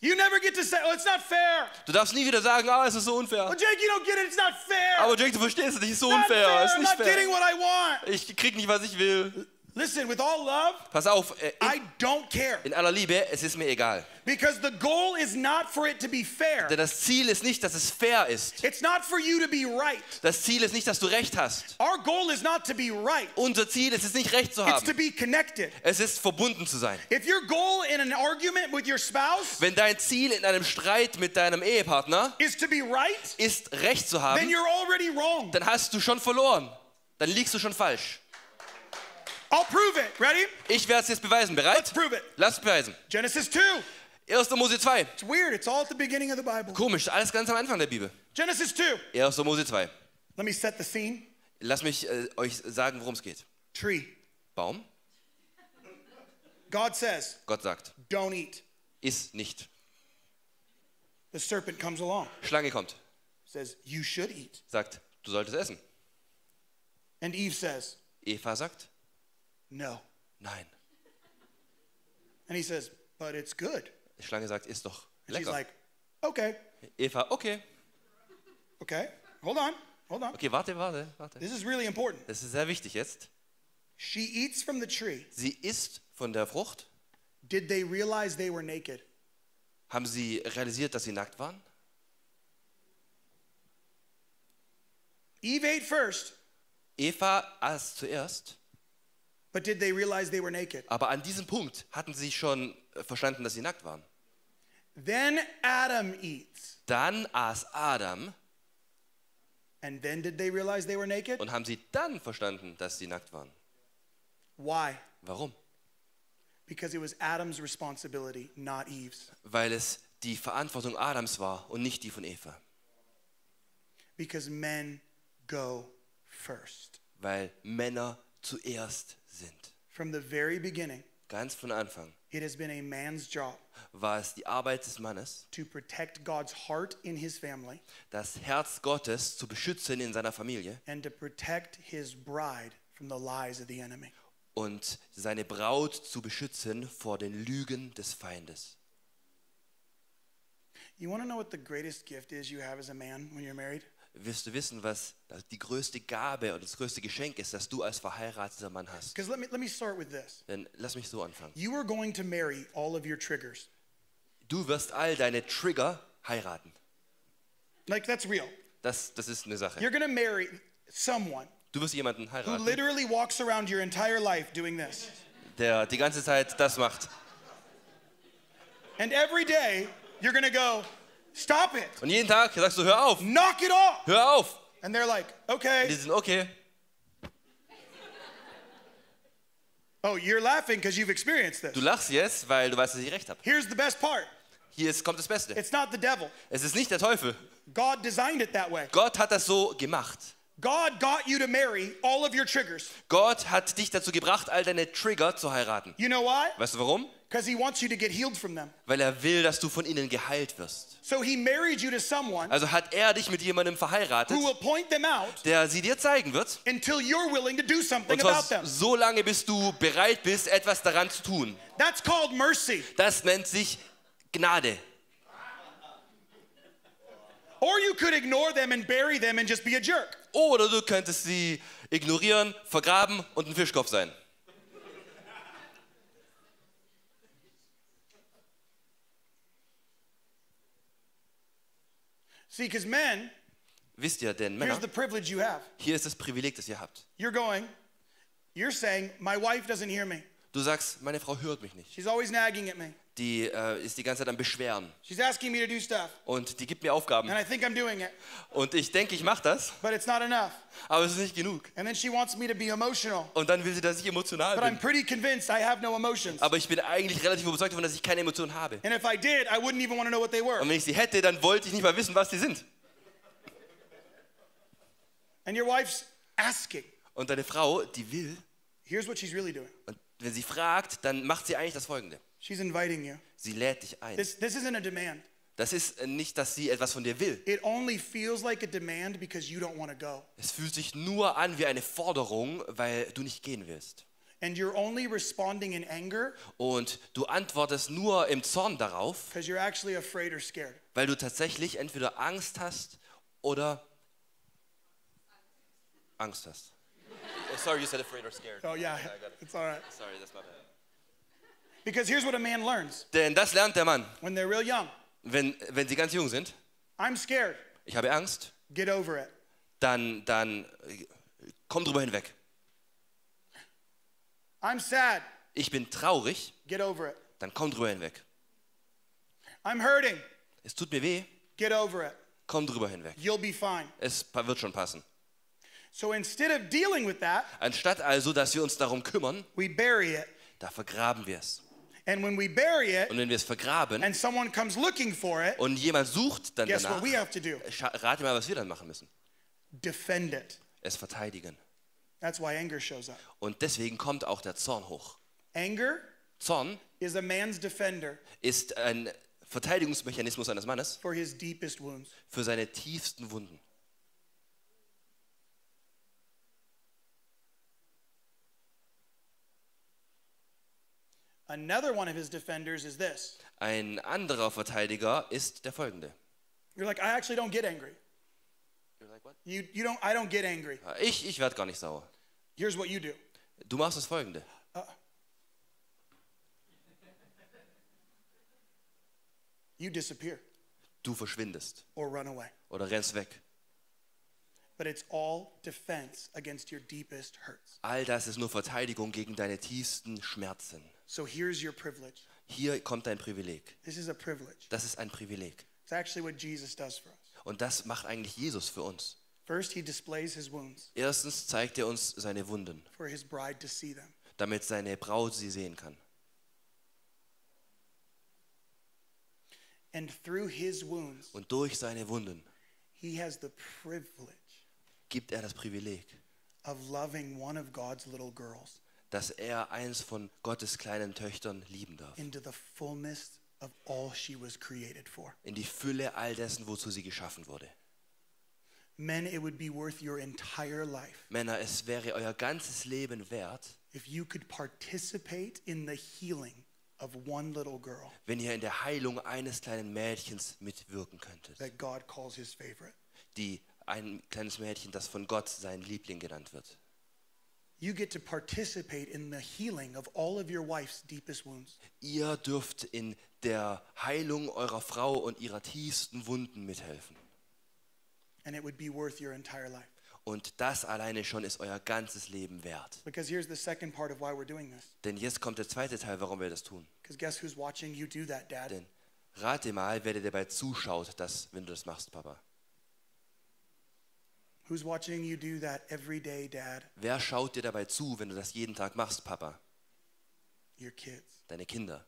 S1: You never get to say, oh, it's not fair.
S2: Du darfst nie wieder sagen, ah, es ist so
S1: Well,
S2: unfair.
S1: Jake, you don't get it. It's not fair.
S2: Aber Jake, du verstehst es nicht, es ist so
S1: Not fair.
S2: unfair, es ist
S1: I'm
S2: nicht
S1: not getting
S2: fair.
S1: what I want.
S2: Ich krieg nicht, was ich will.
S1: Listen, with all love,
S2: Pass auf, äh, in,
S1: I don't care
S2: in aller Liebe, es ist mir egal.
S1: because the goal is not for it to be fair.
S2: Denn das Ziel ist nicht, dass es fair ist.
S1: It's not for you to be right.
S2: Das Ziel ist nicht, dass du recht hast.
S1: Our goal is not to be right.
S2: Unser Ziel ist es nicht, recht zu
S1: It's to
S2: haben.
S1: be connected.
S2: Es ist, verbunden zu sein.
S1: If your goal in an argument with your spouse
S2: Wenn dein Ziel in einem Streit mit deinem Ehepartner
S1: is to be right,
S2: ist, Recht zu
S1: then
S2: haben,
S1: you're already wrong.
S2: dann hast du schon verloren. Dann liegst du schon falsch.
S1: I'll prove it. Ready?
S2: Ich werde es jetzt beweisen.
S1: Let's
S2: Bereit?
S1: prove it.
S2: Lasst beweisen.
S1: Genesis 2.
S2: 1. Mose 2.
S1: It's weird. It's all at the beginning of the Bible.
S2: Komisch, alles ganz am Anfang der Bibel.
S1: Genesis 2.
S2: 1. Mose 2.
S1: Let me set the scene.
S2: Lass mich äh, euch sagen, worum es geht.
S1: Tree.
S2: Baum?
S1: God says,
S2: Gott sagt,
S1: don't eat.
S2: iss nicht.
S1: The serpent comes along,
S2: Schlange kommt,
S1: says, you should eat.
S2: sagt, du solltest essen.
S1: And Eve says,
S2: Eva sagt,
S1: no.
S2: nein.
S1: And he says, but it's good.
S2: Die Schlange sagt, iss doch.
S1: And she's
S2: Lecker.
S1: like, okay,
S2: Eva, okay.
S1: okay, hold on, hold on.
S2: Okay, warte, warte, warte.
S1: This is really important.
S2: Das ist sehr wichtig jetzt.
S1: She eats from the tree.
S2: Sie isst von der Frucht.
S1: Did they realize they were naked?
S2: Haben sie realisiert, dass sie nackt waren?
S1: Eve ate first,
S2: Eva aß zuerst,
S1: but did they realize they were naked?
S2: aber an diesem Punkt hatten sie schon äh, verstanden, dass sie nackt waren.
S1: Then Adam eats.
S2: Dann aß Adam
S1: And then did they realize they were naked?
S2: und haben sie dann verstanden, dass sie nackt waren.
S1: Why?
S2: Warum?
S1: Because it was Adam's responsibility, not Eve's.
S2: Weil es die Verantwortung Adams war und nicht die von Eva.
S1: Because men go first.
S2: Weil Männer zuerst sind.
S1: From the very beginning,
S2: Ganz von Anfang
S1: it has been a man's job
S2: war es die Arbeit des Mannes,
S1: to protect God's heart in his family
S2: das Herz Gottes zu beschützen in seiner Familie
S1: and to protect his bride from the lies of the enemy.
S2: und seine Braut zu beschützen vor den Lügen des Feindes.
S1: You want to know what the greatest gift is you have as a man when you're married?
S2: Wirst du wissen, was die größte Gabe und das größte Geschenk ist, das du als verheirateter Mann hast?
S1: Because let me, let me start with this.
S2: Dann lass mich so anfangen.
S1: You are going to marry all of your triggers.
S2: Du wirst all deine Trigger heiraten.
S1: Like, that's real.
S2: Das, das ist eine Sache.
S1: You're going to marry someone
S2: Du wirst jemanden
S1: who
S2: heiraten,
S1: literally walks around your entire life doing this.
S2: der die ganze Zeit das macht.
S1: And every day, you're going to go, Stop it,
S2: Und jeden Tag sagst du, hör auf,
S1: knock it off.
S2: hör auf.
S1: And they're like,
S2: Die
S1: Okay.
S2: sind okay.
S1: Oh, you're laughing because you've experienced this.
S2: Du lachst jetzt, weil du weißt, dass ich recht habe.
S1: Here's the best part
S2: Hier ist, kommt das Beste.
S1: it's not the devil,
S2: Es ist nicht der Teufel.
S1: God designed it that way.
S2: Gott hat das so gemacht.
S1: God got you to marry all of your triggers.
S2: Gott hat dich dazu gebracht, all deine Trigger zu heiraten.
S1: You know why?
S2: Weißt du warum?
S1: Because he wants you to get healed from them.
S2: Weil er will, dass du von ihnen geheilt wirst.
S1: So he married you to someone
S2: Also hat er dich mit jemandem verheiratet,
S1: who will point them out
S2: der sie dir zeigen wird.
S1: until you're willing to do something
S2: Und
S1: about them.
S2: zwar so lange, bis du bereit bist, etwas daran zu tun.
S1: That's called mercy.
S2: Das nennt sich Gnade.
S1: Or you could ignore them and bury them and just be a jerk.
S2: Oder du könntest sie ignorieren, vergraben und ein Fischkopf sein.
S1: See, because men,
S2: Wisst ihr, denn
S1: here's
S2: Männer,
S1: the privilege you have.
S2: hier ist das Privileg, das ihr habt.
S1: You're going, you're saying, my wife doesn't hear me.
S2: Du sagst, meine Frau hört mich nicht.
S1: She's always nagging at me.
S2: Die äh, ist die ganze Zeit am Beschweren
S1: She's asking me to do stuff,
S2: und die gibt mir Aufgaben.
S1: and I think I'm doing it,
S2: Und ich denke, ich mache das,
S1: but it's not enough.
S2: aber es ist nicht genug.
S1: And then she wants me to be emotional,
S2: Und dann will sie, dass ich emotional
S1: but I'm
S2: bin.
S1: pretty convinced I have no emotions.
S2: Aber ich bin eigentlich relativ überzeugt davon, dass ich keine Emotionen habe.
S1: And if I did, I wouldn't even want to know what they were.
S2: Und wenn ich sie hätte, dann wollte ich nicht mal wissen, was sie sind.
S1: And your wife's asking.
S2: Und deine Frau, die will,
S1: Here's what she's really doing.
S2: und wenn sie fragt, dann macht sie eigentlich das Folgende.
S1: She's inviting you.
S2: Sie lädt dich ein.
S1: This, this isn't a demand.
S2: Das ist nicht, dass sie etwas von dir will.
S1: It only feels like a demand because you don't want to go.
S2: Es fühlt sich nur an wie eine Forderung, weil du nicht gehen willst.
S1: And you're only responding in anger
S2: Und du antwortest nur im Zorn darauf,
S1: because you're actually afraid or scared.
S2: weil du tatsächlich entweder Angst hast oder Angst hast. Oh, Sorry, you said afraid or scared.
S1: Oh, yeah, it's all right.
S2: Sorry, that's my bad.
S1: Because here's what a man learns
S2: Denn das lernt der Mann,
S1: when they're real young
S2: wenn, wenn sie ganz jung sind.
S1: I'm scared.
S2: Ich habe Angst,
S1: Get over it.
S2: dann, dann äh, komm drüber hinweg.
S1: I'm sad.
S2: Ich bin traurig,
S1: Get over it.
S2: dann komm drüber hinweg.
S1: I'm hurting.
S2: Es tut mir weh,
S1: Get over it.
S2: komm drüber hinweg.
S1: You'll be fine.
S2: Es pa- wird schon passen.
S1: So instead of dealing with that,
S2: Anstatt also, dass wir uns darum kümmern,
S1: we bury it.
S2: da vergraben wir es.
S1: And when we bury it
S2: Und wenn wir es vergraben
S1: and someone comes looking for it,
S2: und jemand sucht dann
S1: guess what
S2: danach,
S1: we have to do?
S2: scha- rate mal, was wir dann machen müssen.
S1: Defend it.
S2: Es verteidigen.
S1: That's why anger shows up.
S2: Und deswegen kommt auch der Zorn hoch.
S1: Anger
S2: Zorn
S1: is a man's defender
S2: ist ein Verteidigungsmechanismus eines Mannes
S1: for his deepest wounds.
S2: für seine tiefsten Wunden.
S1: Another one of his defenders is this.
S2: Ein anderer Verteidiger ist der folgende.
S1: You're like, I actually don't get angry. You, you don't, I don't get angry.
S2: Ich, ich werde gar nicht sauer.
S1: Here's what you do. Uh-uh.
S2: Du machst das folgende.
S1: You disappear
S2: Du verschwindest
S1: or run away.
S2: oder rennst weg.
S1: But it's all defense against your deepest hurts.
S2: All das ist nur Verteidigung gegen deine tiefsten Schmerzen.
S1: So here's your privilege.
S2: Hier kommt dein Privileg.
S1: This is a privilege.
S2: Das ist ein Privileg.
S1: It's actually what Jesus does for us.
S2: Und das macht eigentlich Jesus für uns.
S1: First, he displays his wounds
S2: Erstens zeigt er uns seine Wunden,
S1: for his bride to see them.
S2: damit seine Braut sie sehen kann.
S1: And through his wounds,
S2: Und durch seine Wunden
S1: he has the privilege
S2: gibt er das Privileg,
S1: of loving one of God's little girls
S2: dass er eins von Gottes kleinen Töchtern lieben darf.
S1: into the fullness of all she was created for.
S2: In die Fülle all dessen, wozu sie geschaffen wurde.
S1: Men, it would be worth your entire life
S2: Männer, es wäre euer ganzes Leben wert,
S1: if you could participate in the healing of one little girl
S2: wenn ihr in der Heilung eines kleinen Mädchens mitwirken könntet.
S1: that God calls his favorite.
S2: Die ein kleines Mädchen, das von Gott sein Liebling genannt wird.
S1: You get to participate in the healing of all of your wife's deepest wounds.
S2: Ihr dürft in der Heilung eurer Frau und ihrer tiefsten Wunden mithelfen.
S1: And it would be worth your entire life.
S2: Und das alleine schon ist euer ganzes Leben wert.
S1: Because here's the second part of why we're doing this.
S2: Denn jetzt kommt der zweite Teil, warum wir das tun.
S1: Because guess who's watching you do that, Dad?
S2: Denn rate mal, wer dir dabei zuschaut, dass, wenn du das machst, Papa.
S1: Who's watching you do that every day, Dad?
S2: Wer schaut dir dabei zu, wenn du das jeden Tag machst, Papa?
S1: Your kids.
S2: Deine Kinder.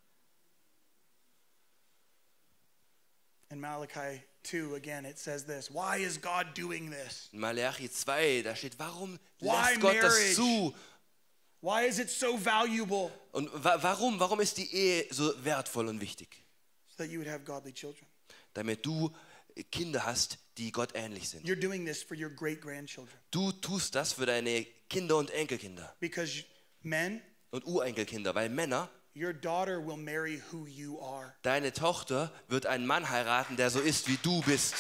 S1: In Malachi 2, again, it says this Why is God doing this?
S2: In Malachi 2, da steht, warum
S1: Why
S2: lässt Gott
S1: marriage?
S2: das zu?
S1: Why is it so valuable?
S2: Und wa warum? Warum ist die Ehe so wertvoll und wichtig?
S1: So that you would have godly children.
S2: Damit du Kinder hast, die Gott ähnlich sind.
S1: You're doing this for your great grandchildren.
S2: Du tust das für deine Kinder und Enkelkinder
S1: Because men,
S2: und Urenkelkinder, weil Männer,
S1: your daughter will marry who you are.
S2: deine Tochter wird einen Mann heiraten, der so ist, wie du bist.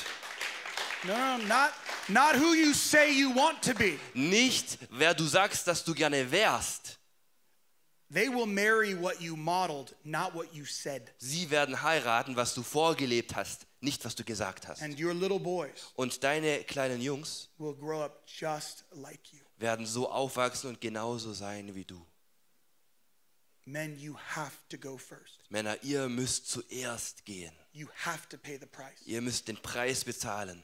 S1: No, no, no, not, not who you say you want to be.
S2: Nicht, wer du sagst, dass du gerne wärst.
S1: They will marry what you modeled, not what you said.
S2: Sie werden heiraten, was du vorgelebt hast, nicht was du gesagt hast.
S1: And your little boys
S2: Und deine kleinen Jungs
S1: will grow up just like you.
S2: werden so aufwachsen und genauso sein wie du.
S1: Men, you have to go first.
S2: Männer, ihr müsst zuerst gehen.
S1: You have to pay the price.
S2: Ihr müsst den Preis bezahlen.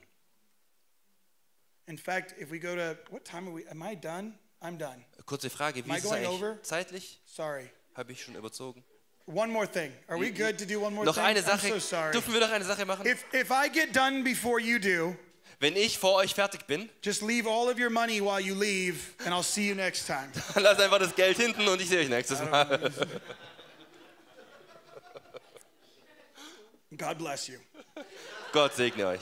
S1: In fact, if we go to what time are we? Am I done? I'm done.
S2: Kurze Frage,
S1: Am
S2: wie
S1: I
S2: ist es
S1: going
S2: eigentlich
S1: over?
S2: zeitlich?
S1: Sorry.
S2: Habe ich schon überzogen?
S1: One more thing. Are we good to do one more
S2: Noch
S1: thing?
S2: eine
S1: I'm
S2: Sache.
S1: so sorry.
S2: Dürfen wir noch eine Sache machen?
S1: If if I get done before you do,
S2: Wenn ich vor euch fertig bin,
S1: just leave all of your money while you leave, and I'll see you next time.
S2: dann lasst einfach das Geld hinten und ich sehe euch nächstes Mal.
S1: God bless you.
S2: Gott segne euch.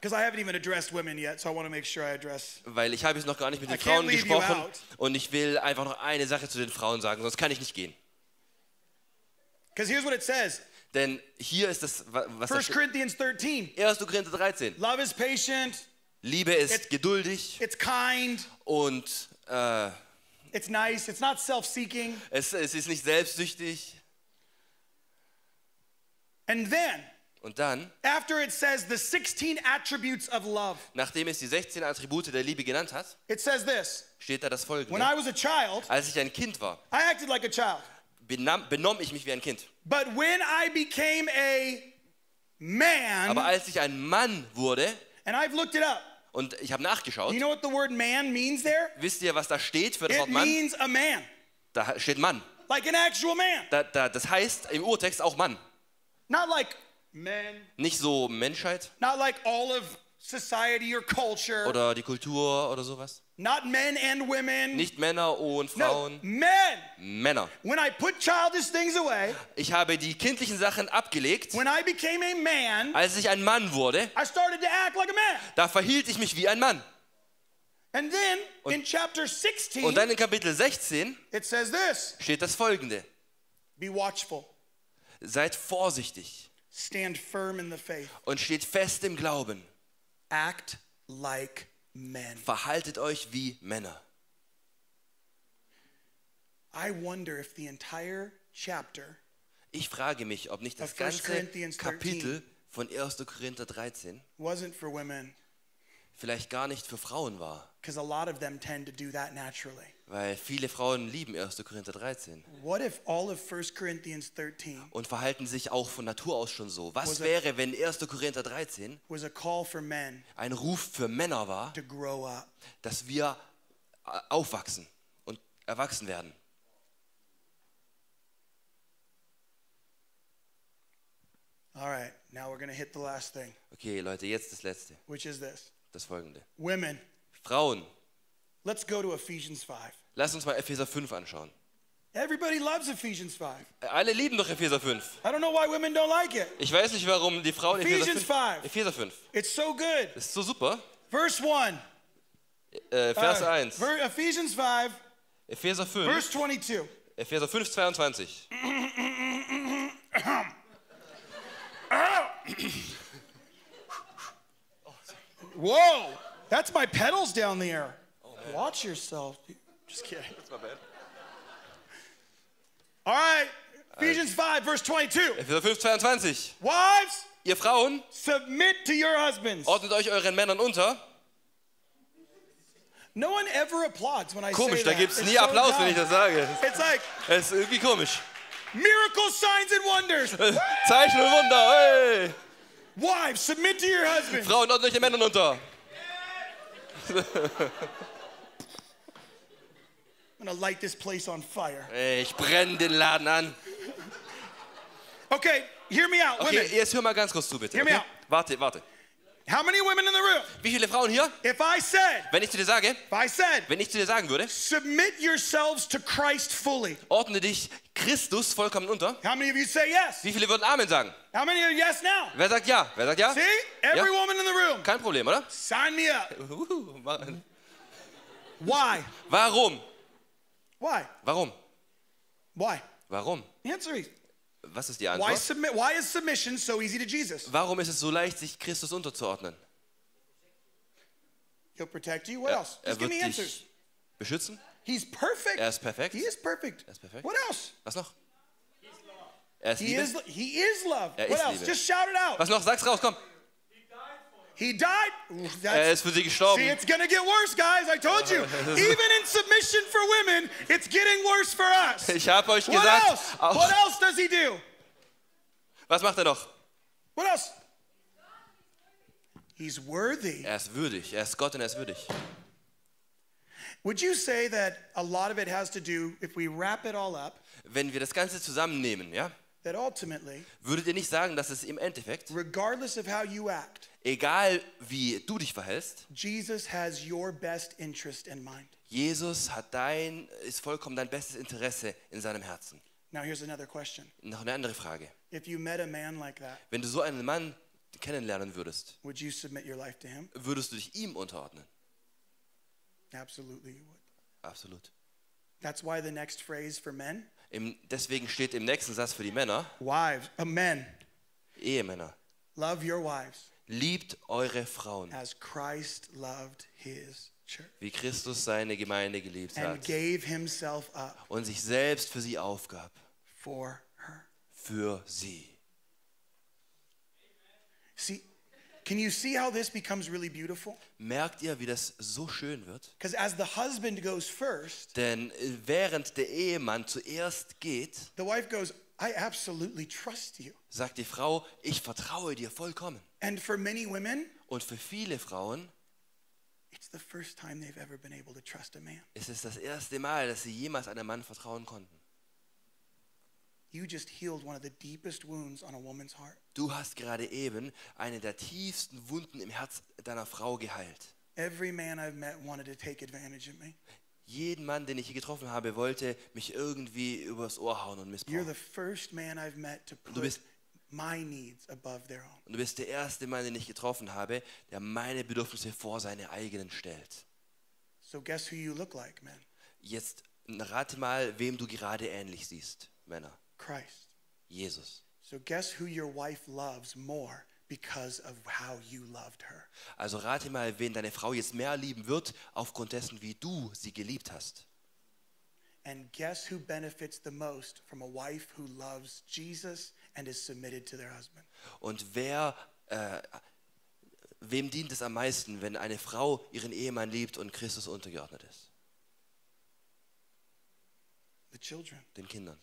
S1: Because I haven't even addressed women yet, so I want to make sure I address.
S2: Weil ich habe jetzt noch gar nicht mit den
S1: I can't
S2: Frauen
S1: leave you
S2: gesprochen
S1: out.
S2: und ich will einfach noch eine Sache zu den Frauen sagen, sonst kann ich nicht gehen.
S1: Because here's what it says:
S2: Denn hier ist das, wa- was da
S1: 1
S2: steht.
S1: Corinthians 13.
S2: 1. Korinther 13.
S1: Love is patient.
S2: Liebe ist
S1: Jetzt-
S2: geduldig
S1: It's kind.
S2: und äh,
S1: It's nice. It's not self-seeking.
S2: es, es ist nicht selbstsüchtig.
S1: And then,
S2: Und dann,
S1: after it says the 16 attributes of love,
S2: nachdem es die 16 Attribute der Liebe genannt hat,
S1: it says this.
S2: steht da das
S1: When
S2: folgende.
S1: I was a child,
S2: Als ich ein Kind war,
S1: I acted like a child.
S2: benahm, benommen ich mich wie ein Kind.
S1: But when I became a man, Mhm.
S2: Aber als ich ein Mann wurde,
S1: and I've looked it up,
S2: Und ich habe nachgeschaut.
S1: Do you know what the word man means there?
S2: Wisst ihr, was da steht für das
S1: It
S2: Wort Mann?
S1: means a man,
S2: Da steht Mann.
S1: like an actual man,
S2: Da, da, das heißt im Urtext auch Mann.
S1: not like men,
S2: Nicht so Menschheit
S1: not like all of society or culture,
S2: oder die Kultur oder sowas.
S1: not men and women.
S2: Nicht Männer und
S1: No,
S2: Frauen.
S1: men.
S2: Männer.
S1: When I put childish things away,
S2: Ich habe die kindlichen Sachen abgelegt.
S1: when I became a man,
S2: Als ich ein Mann wurde,
S1: I started to act like a man.
S2: da verhielt ich mich wie ein Mann.
S1: And then in chapter
S2: Und
S1: 16,
S2: dann in Kapitel 16
S1: it says this
S2: steht das folgende.
S1: Be watchful,
S2: Seid vorsichtig
S1: stand firm in the faith,
S2: und steht fest im Glauben.
S1: act like men.
S2: Verhaltet euch wie Männer.
S1: I wonder if the entire chapter
S2: Ich frage mich, ob nicht das
S1: Of 1
S2: ganze
S1: Corinthians 13.
S2: Kapitel von 1. Korinther 13
S1: wasn't for women,
S2: vielleicht gar nicht für Frauen war,
S1: because a lot of them tend to do that naturally.
S2: weil viele Frauen lieben 1. Korinther 13
S1: What if all of 1 Corinthians 13
S2: und verhalten sich auch von Natur aus schon so. Was
S1: Wo-
S2: wäre, wenn 1. Korinther 13
S1: was a call for men
S2: ein Ruf für Männer war,
S1: to grow up?
S2: dass wir äh, aufwachsen und erwachsen werden?
S1: All right, now we're going to hit the last thing,
S2: Okay, Leute, jetzt das Letzte,
S1: which is this
S2: das Folgende.
S1: Women,
S2: Frauen,
S1: let's go to Ephesians 5.
S2: lass uns mal Epheser 5 anschauen.
S1: Everybody loves Ephesians 5.
S2: Äh, Alle lieben doch Epheser 5.
S1: I don't know why women don't like it.
S2: Ich weiß nicht, warum die Frauen Epheser
S1: Ephesians
S2: 5...
S1: 5.
S2: Epheser 5.
S1: It's so good.
S2: Das ist so super.
S1: Verse 1.
S2: Äh, Vers
S1: uh,
S2: 1.
S1: ver- Ephesians 5,
S2: Epheser 5,
S1: verse 22.
S2: Epheser 5, 22.
S1: Whoa, that's my pedals down there. Watch yourself. Just kidding. All right, Ephesians 5, verse 22.
S2: Epheser 5, 22.
S1: Wives,
S2: Ihr Frauen,
S1: submit to your husbands.
S2: ordnet euch euren Männern unter.
S1: No one ever applauds when I
S2: Komisch,
S1: say
S2: da
S1: that.
S2: gibt's
S1: It's
S2: nie
S1: so
S2: Applaus, wenn
S1: dumb.
S2: ich das sage.
S1: It's like
S2: Es ist irgendwie komisch.
S1: miracles, signs, and wonders.
S2: Zeichen und Wunder, hey!
S1: Wives, submit to your husbands.
S2: Frauen, ordnet euch den Männern unter.
S1: I'm gonna light this place on fire.
S2: Ey, Ich brenne den Laden an.
S1: Okay, hear me out,
S2: Okay,
S1: women.
S2: jetzt hör mal ganz kurz zu, bitte.
S1: Hear me
S2: Okay?
S1: out.
S2: Warte, warte.
S1: How many women in the room?
S2: Wie viele Frauen hier?
S1: If I said,
S2: Wenn ich zu dir sage,
S1: if I said,
S2: wenn ich zu dir sagen würde,
S1: submit yourselves to Christ fully.
S2: ordne dich Christus vollkommen unter.
S1: How many of you say yes?
S2: Wie viele würden Amen sagen?
S1: How many of you yes now?
S2: Wer sagt ja? Wer sagt ja?
S1: See? Every
S2: Yeah.
S1: woman in the room.
S2: Kein Problem, oder?
S1: Sign me up.
S2: Uhu, ma-
S1: Why?
S2: Warum?
S1: Why?
S2: Warum?
S1: Why?
S2: Warum?
S1: Answer me.
S2: Was ist die
S1: Why
S2: Antwort?
S1: submit why is submission so easy to Jesus?
S2: Warum ist es so leicht, sich Christus unterzuordnen?
S1: He'll protect you. What else?
S2: Er
S1: Just give
S2: wird
S1: me answers.
S2: dich beschützen.
S1: He's perfect.
S2: Er ist perfekt.
S1: He is perfect.
S2: Er ist perfekt.
S1: What else?
S2: Was noch? Er ist
S1: He
S2: Liebe.
S1: is he is love.
S2: Er
S1: what
S2: ist
S1: else?
S2: Liebe.
S1: Just shout it out.
S2: Was noch? Sag's raus, komm.
S1: He died. Ooh,
S2: Er
S1: That's
S2: ist für sie
S1: See,
S2: gestorben.
S1: it's gonna get worse, guys. I told you. Even in submission for women, it's getting worse for us.
S2: Ich habe euch
S1: What else?
S2: gesagt. Auch,
S1: What else does he do?
S2: was macht er noch?
S1: What else? He's worthy.
S2: Er ist würdig. Er ist Gott und er ist würdig.
S1: Would you say that a lot of it has to do, if we wrap it all up,
S2: Wenn wir das Ganze zusammennehmen, ja,
S1: that ultimately,
S2: würdet ihr nicht sagen, dass es im Endeffekt,
S1: regardless of how you act,
S2: egal wie du dich verhältst,
S1: Jesus has your best interest in mind?
S2: Jesus hat dein, ist vollkommen dein bestes Interesse in seinem Herzen.
S1: Now, here's another question.
S2: Noch eine andere Frage.
S1: If you met a man like that,
S2: Wenn du so einen Mann kennenlernen würdest,
S1: would you submit your life to him?
S2: würdest du dich ihm unterordnen?
S1: Absolutely, you would.
S2: Absolut.
S1: That's why the next phrase for men,
S2: Im, deswegen steht im nächsten Satz für die Männer,
S1: wives, uh, men,
S2: Ehemänner,
S1: love your wives
S2: liebt eure Frauen,
S1: as Christ loved his church
S2: wie Christus seine Gemeinde geliebt
S1: and
S2: hat
S1: gave himself up
S2: und sich selbst für sie aufgab,
S1: for her.
S2: für sie.
S1: See, can you see how this becomes really beautiful?
S2: Merkt ihr, wie das so schön wird?
S1: Because as the husband goes first,
S2: Denn äh, während der Ehemann zuerst geht,
S1: the wife goes, I absolutely trust you.
S2: sagt die Frau, ich vertraue dir vollkommen.
S1: And for many women,
S2: Und für viele Frauen
S1: It's the first time they've ever been able to trust a man.
S2: Es ist das erste Mal, dass sie jemals einem Mann vertrauen konnten.
S1: You just healed one of the deepest wounds on a woman's heart.
S2: Du hast gerade eben eine der tiefsten Wunden im Herz deiner Frau geheilt.
S1: Every man I've met wanted to take advantage of me.
S2: Jeden Mann, den ich hier getroffen habe, wollte mich irgendwie übers Ohr hauen und
S1: You're
S2: missbrauchen.
S1: the first man I've met to put
S2: bist-
S1: my needs above their own.
S2: Und du bist der erste Mann, den ich getroffen habe, der meine Bedürfnisse vor seine eigenen stellt.
S1: So guess who you look like, men?
S2: Jetzt rate mal, wem du gerade ähnlich siehst, Männer.
S1: Christ.
S2: Jesus.
S1: So guess who your wife loves more because of how you loved her?
S2: Also rate mal, wen deine Frau jetzt mehr lieben wird, aufgrund dessen, wie du sie geliebt hast.
S1: And guess who benefits the most from a wife who loves Jesus and is submitted to their husband?
S2: Und wer, äh, wem dient es am meisten, wenn eine Frau ihren Ehemann liebt und Christus untergeordnet ist?
S1: The children.
S2: Den Kindern.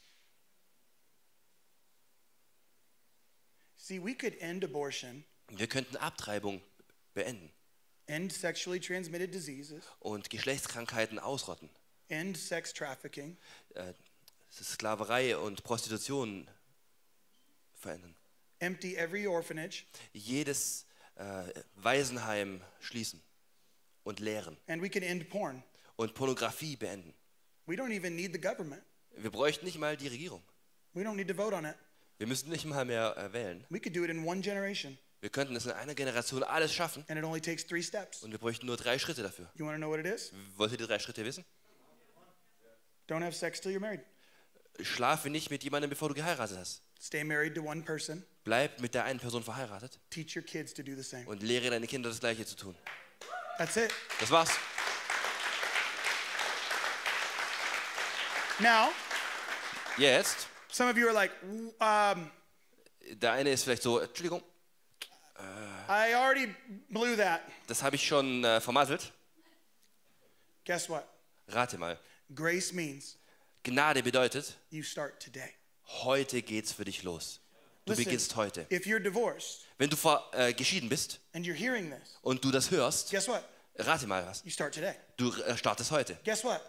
S1: See, we could end abortion,
S2: Wir könnten Abtreibung beenden
S1: end sexually transmitted diseases,
S2: und Geschlechtskrankheiten ausrotten,
S1: end sex trafficking,
S2: äh, Sklaverei und Prostitution verändern,
S1: empty every orphanage,
S2: jedes äh, Waisenheim schließen und leeren
S1: and we can end porn.
S2: und Pornografie beenden.
S1: We don't even need the government.
S2: Wir bräuchten nicht mal die Regierung.
S1: We don't need to vote on it.
S2: Wir müssen nicht mal mehr äh, wählen.
S1: We could do it in one generation,
S2: Wir könnten es in einer Generation alles schaffen
S1: and it only takes three steps.
S2: und wir bräuchten nur drei Schritte dafür.
S1: You want to know what it is?
S2: Wollt ihr die drei Schritte wissen?
S1: Don't have sex till you're married.
S2: Schlafe nicht mit jemandem, bevor du geheiratet hast.
S1: Stay married to one person.
S2: Bleib mit der einen Person verheiratet
S1: Teach your kids to do the same.
S2: und lehre deine Kinder das Gleiche zu tun.
S1: That's it.
S2: Das war's.
S1: Now,
S2: Jetzt,
S1: some of you are like, um,
S2: der eine ist vielleicht so, Entschuldigung,
S1: I already blew that.
S2: das habe ich schon äh, vermasselt.
S1: Guess what?
S2: Rate mal.
S1: Grace means
S2: Gnade bedeutet,
S1: you start today.
S2: heute geht's für dich los. Du
S1: Listen,
S2: beginnst heute.
S1: If you're divorced
S2: Wenn du ver, äh, geschieden bist
S1: and you're hearing this,
S2: und du das hörst,
S1: guess what?
S2: rate mal was.
S1: You start today.
S2: Du äh, startest heute.
S1: Guess what?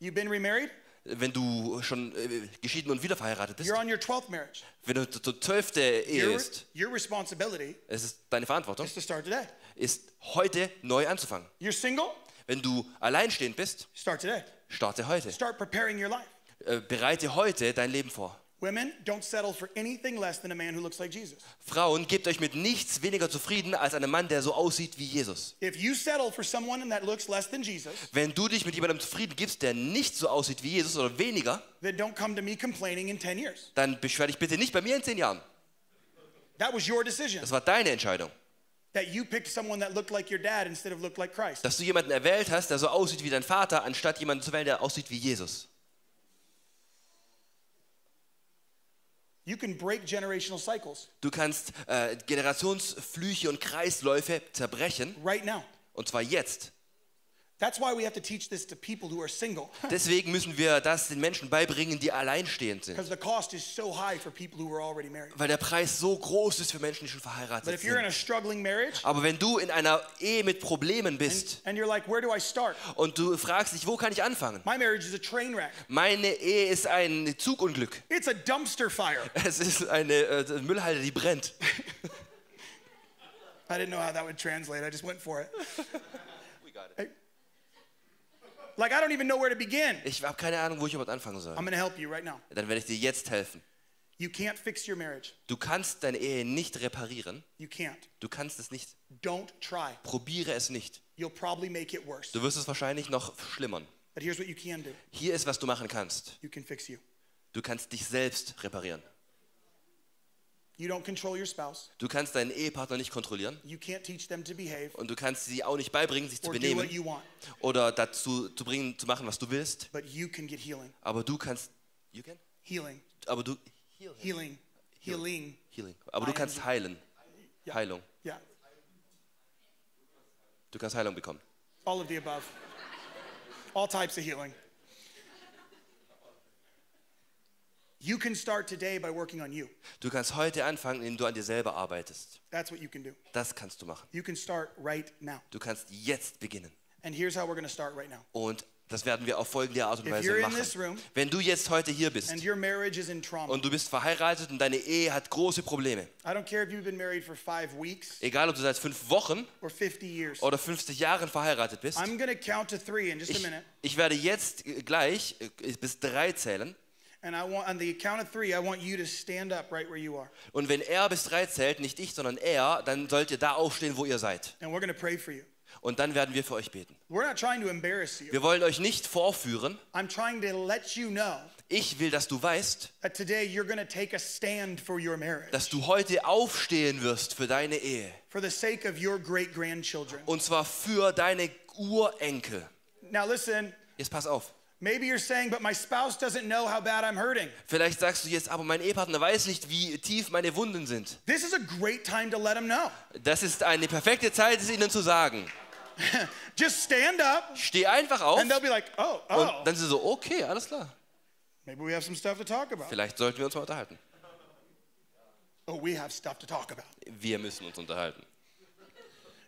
S1: You've been remarried,
S2: Wenn du schon äh, geschieden und wieder verheiratet bist,
S1: you're on your 12th marriage.
S2: wenn du zur zwölfte Ehe
S1: Your,
S2: bist,
S1: your responsibility
S2: es ist deine Verantwortung,
S1: is to start today.
S2: ist heute neu anzufangen.
S1: You're single,
S2: Wenn du alleinstehend bist,
S1: start today.
S2: starte heute.
S1: Start preparing your life.
S2: Äh, bereite heute dein Leben vor.
S1: Women, don't settle for anything less than a man who looks like Jesus.
S2: Frauen, gebt euch mit nichts weniger zufrieden als einem Mann, der so aussieht wie Jesus.
S1: If you settle for someone that looks less than Jesus,
S2: Wenn du dich mit jemandem zufrieden gibst, der nicht so aussieht wie Jesus oder weniger,
S1: then don't come to me complaining in 10 years.
S2: dann beschwer dich bitte nicht bei mir in zehn Jahren.
S1: That was your decision.
S2: Das war deine Entscheidung.
S1: That you picked someone that looked like your dad instead of looked like Christ.
S2: Dass du jemanden erwählt hast, der so aussieht wie dein Vater, anstatt jemanden zu wählen, der aussieht wie Jesus.
S1: You can break generational cycles
S2: Du kannst äh, Generationsflüche und Kreisläufe zerbrechen,
S1: right now.
S2: und zwar jetzt.
S1: That's why we have to teach this to people who are single,
S2: Deswegen müssen wir das den Menschen beibringen, die alleinstehend sind.
S1: because the cost is so high for people who are already married.
S2: Weil der Preis so groß ist für Menschen, die schon
S1: But
S2: verheiratet
S1: if you're in
S2: sind.
S1: a struggling marriage
S2: Aber wenn du in einer Ehe mit Problemen bist
S1: and you're like, where do I start?
S2: und du fragst dich, wo kann ich anfangen?
S1: My marriage is a train wreck,
S2: Meine Ehe ist ein Zugunglück.
S1: it's a dumpster fire.
S2: Es ist eine äh, Müllhalde, die brennt.
S1: I didn't know how that would translate, I just went for it. Like, I don't even know where to begin.
S2: Ich habe keine Ahnung, wo ich überhaupt anfangen soll.
S1: I'm gonna help you right now.
S2: Dann werde ich dir jetzt helfen.
S1: You can't fix your marriage.
S2: Du kannst deine Ehe nicht reparieren.
S1: You can't.
S2: Du kannst es nicht.
S1: Don't try.
S2: Probiere es nicht.
S1: You'll probably make it worse.
S2: Du wirst es wahrscheinlich noch verschlimmern.
S1: But here's what you can do
S2: Hier ist, was du machen kannst.
S1: you can fix you.
S2: Du kannst dich selbst reparieren.
S1: You don't control your spouse.
S2: Du kannst deinen Ehepartner nicht kontrollieren
S1: You can't teach them to behave
S2: und du kannst sie auch nicht beibringen, sich zu
S1: or do
S2: benehmen.
S1: what you want,
S2: oder dazu zu bringen, zu machen, was du willst,
S1: but you can get healing.
S2: aber du kannst, you can,
S1: Healing,
S2: aber du, heal,
S1: healing, healing.
S2: healing, aber du kannst heilen,
S1: Ja.
S2: Heilung,
S1: Yeah,
S2: du kannst Heilung bekommen.
S1: all of the above. All types of healing. You can start today by working on you.
S2: Du kannst heute anfangen, indem du an dir selber arbeitest.
S1: That's what you can do.
S2: Das kannst du machen.
S1: You can start right now.
S2: Du kannst jetzt beginnen.
S1: And here's how we're going to start right now.
S2: Und das werden wir auf folgende Art und
S1: If you're in
S2: Weise
S1: this room-
S2: machen. Wenn du jetzt heute hier
S1: And
S2: bist
S1: your marriage is in trauma.
S2: und du bist verheiratet und deine Ehe hat große Probleme,
S1: I don't care if you've been married for five weeks
S2: egal ob du seit fünf Wochen
S1: or 50 years.
S2: oder 50 Jahren verheiratet bist,
S1: I'm going to count to three in just a
S2: ich,
S1: minute.
S2: ich werde jetzt äh, gleich äh, bis drei zählen.
S1: And I want, on the count of three, I want you to stand up right where you are.
S2: Und wenn er bis drei zählt, nicht ich, sondern er, dann sollt ihr da aufstehen, wo ihr seid.
S1: And we're going to pray for you.
S2: Und dann werden wir für euch beten.
S1: We're not trying to embarrass you.
S2: Wir wollen euch nicht vorführen.
S1: I'm trying to let you know
S2: Ich will, dass du weißt,
S1: that today you're going to take a stand for your marriage
S2: dass du heute aufstehen wirst für deine Ehe.
S1: for the sake of your great grandchildren.
S2: Und zwar für deine Urenkel.
S1: Now, listen,
S2: Jetzt pass auf.
S1: maybe you're saying, but my spouse doesn't know how bad I'm hurting.
S2: Vielleicht sagst du jetzt, aber mein Ehepartner weiß nicht, wie tief meine Wunden sind.
S1: This is a great time to let him know.
S2: Das ist eine perfekte Zeit, es ihnen zu sagen.
S1: Just stand up,
S2: Steh einfach auf
S1: and they'll be like, oh,
S2: und
S1: oh,
S2: dann sind sie so, okay, alles klar.
S1: maybe we have some stuff to talk about.
S2: Vielleicht sollten wir uns mal unterhalten.
S1: Oh, we have stuff to talk about.
S2: Wir müssen uns unterhalten.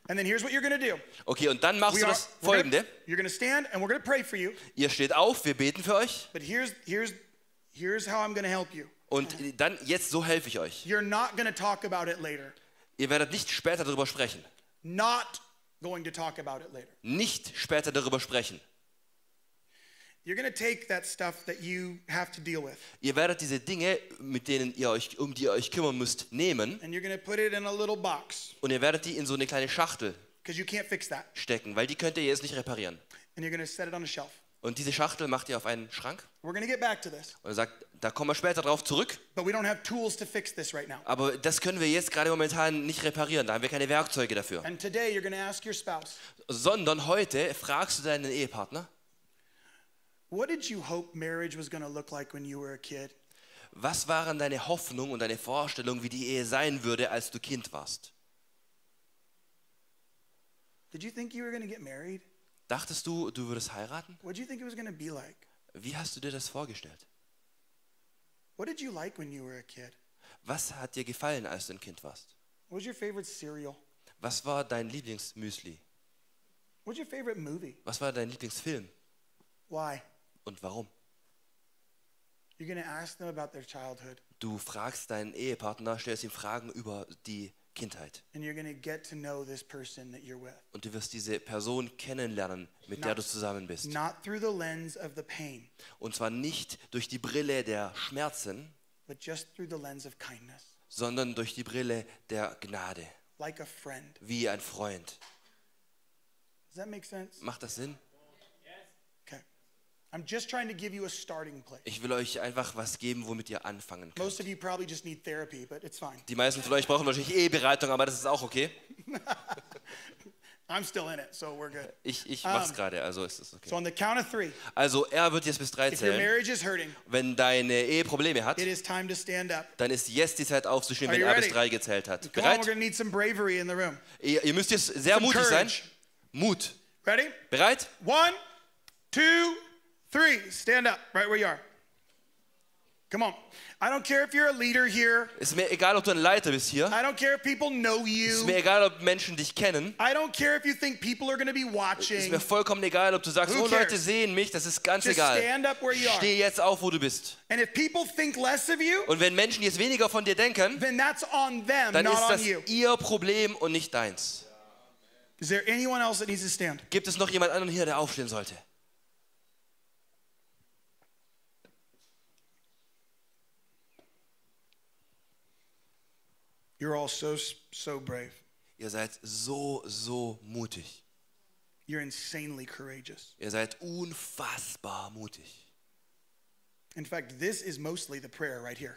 S1: And then here's what you're going to do.
S2: Okay, und dann machst
S1: We
S2: du
S1: are-
S2: das
S1: we're gonna-
S2: folgende.
S1: you're going to stand, and we're going to pray for you.
S2: Ihr steht auf, wir beten für euch
S1: But here's, here's, here's how I'm going to help you.
S2: und dann jetzt so helfe ich euch.
S1: You're not going to talk about it later.
S2: Ihr werdet nicht später darüber sprechen.
S1: Not going to talk about it later.
S2: Nicht später darüber sprechen.
S1: You're going to take that stuff that you have to deal with,
S2: Ihr werdet diese Dinge, mit denen ihr euch, um die ihr euch kümmern müsst, nehmen
S1: and you're going to put it in a little box
S2: und ihr werdet die in so eine kleine Schachtel
S1: because you can't fix that.
S2: stecken, weil die könnt ihr jetzt nicht reparieren.
S1: And you're going to set it on a shelf.
S2: Und diese Schachtel macht ihr auf einen Schrank
S1: We're going to get back to this,
S2: und sagt, da kommen wir später drauf zurück,
S1: but we don't have tools to fix this right now.
S2: aber das können wir jetzt gerade momentan nicht reparieren, da haben wir keine Werkzeuge dafür.
S1: And today you're going to ask your spouse,
S2: Sondern heute fragst du deinen Ehepartner,
S1: What did you hope marriage was going to look like when you were a kid?
S2: was waren deine Hoffnungen und deine Vorstellungen, wie die Ehe sein würde, als du Kind warst?
S1: Did you think you were going to get married?
S2: Dachtest du, du würdest heiraten?
S1: What did you think it was going to be like?
S2: Wie hast du dir das vorgestellt?
S1: What did you like when you were a kid?
S2: Was hat dir gefallen, als du ein Kind warst?
S1: What was your favorite cereal?
S2: Was war dein Lieblingsmüsli?
S1: What's your favorite movie?
S2: Was war dein Lieblingsfilm
S1: Why?
S2: und warum?
S1: You're going to ask them about their childhood
S2: Du fragst deinen Ehepartner, stellst ihm Fragen über die Kindheit
S1: and you're going to get to know this person that you're with.
S2: und du wirst diese Person kennenlernen, mit der du zusammen bist.
S1: Not through the lens of the pain,
S2: Und zwar nicht durch die Brille der Schmerzen,
S1: but just through the lens of kindness,
S2: sondern durch die Brille der Gnade,
S1: like a friend.
S2: wie ein Freund.
S1: Does that make sense?
S2: Macht das Sinn?
S1: Okay. I'm just trying to give you a starting place.
S2: Ich will euch einfach was geben, womit ihr anfangen könnt.
S1: Most of you probably just need therapy, but it's fine.
S2: Die meisten von euch brauchen wahrscheinlich Eheberatung, aber das ist auch okay.
S1: I'm still in it, so we're good.
S2: Ich, ich mach's gerade, also ist es okay.
S1: Ah. So on the count of three,
S2: Also er wird jetzt bis drei
S1: if your
S2: zählen.
S1: marriage is hurting,
S2: Wenn deine Ehe Probleme hat,
S1: it is time to stand up.
S2: dann ist jetzt die Zeit aufzustehen,
S1: Are
S2: wenn
S1: you
S2: er
S1: ready?
S2: bis drei gezählt hat.
S1: Come on, we're
S2: Bereit?
S1: going to need some bravery in the room.
S2: Ihr, ihr müsst jetzt sehr
S1: Some
S2: mutig sein.
S1: courage.
S2: Mut.
S1: Ready?
S2: Bereit?
S1: One, two, three. Stand up right where you are. Come on. I don't care if you're a leader here.
S2: Ist mir egal, ob du ein Leiter bist hier.
S1: I don't care if people know
S2: Ist mir
S1: you.
S2: egal, ob Menschen dich kennen.
S1: I don't care if you think people are going to be
S2: Ist
S1: watching.
S2: mir vollkommen egal, ob du sagst,
S1: Who
S2: oh Leute
S1: cares?
S2: sehen mich, das ist ganz
S1: Just stand
S2: egal.
S1: up where you are.
S2: Steh jetzt auf, wo du bist.
S1: And if people think less of you,
S2: Und wenn Menschen jetzt weniger von dir denken,
S1: then that's on them,
S2: dann ist
S1: not on
S2: das
S1: you.
S2: ihr Problem und nicht deins.
S1: Is there anyone else that needs to stand?
S2: Gibt es noch jemand anderen hier, der aufstehen sollte?
S1: You're all so, so brave.
S2: Ihr seid so, so mutig.
S1: You're insanely courageous.
S2: Ihr seid unfassbar mutig.
S1: In fact, this is mostly the prayer right here.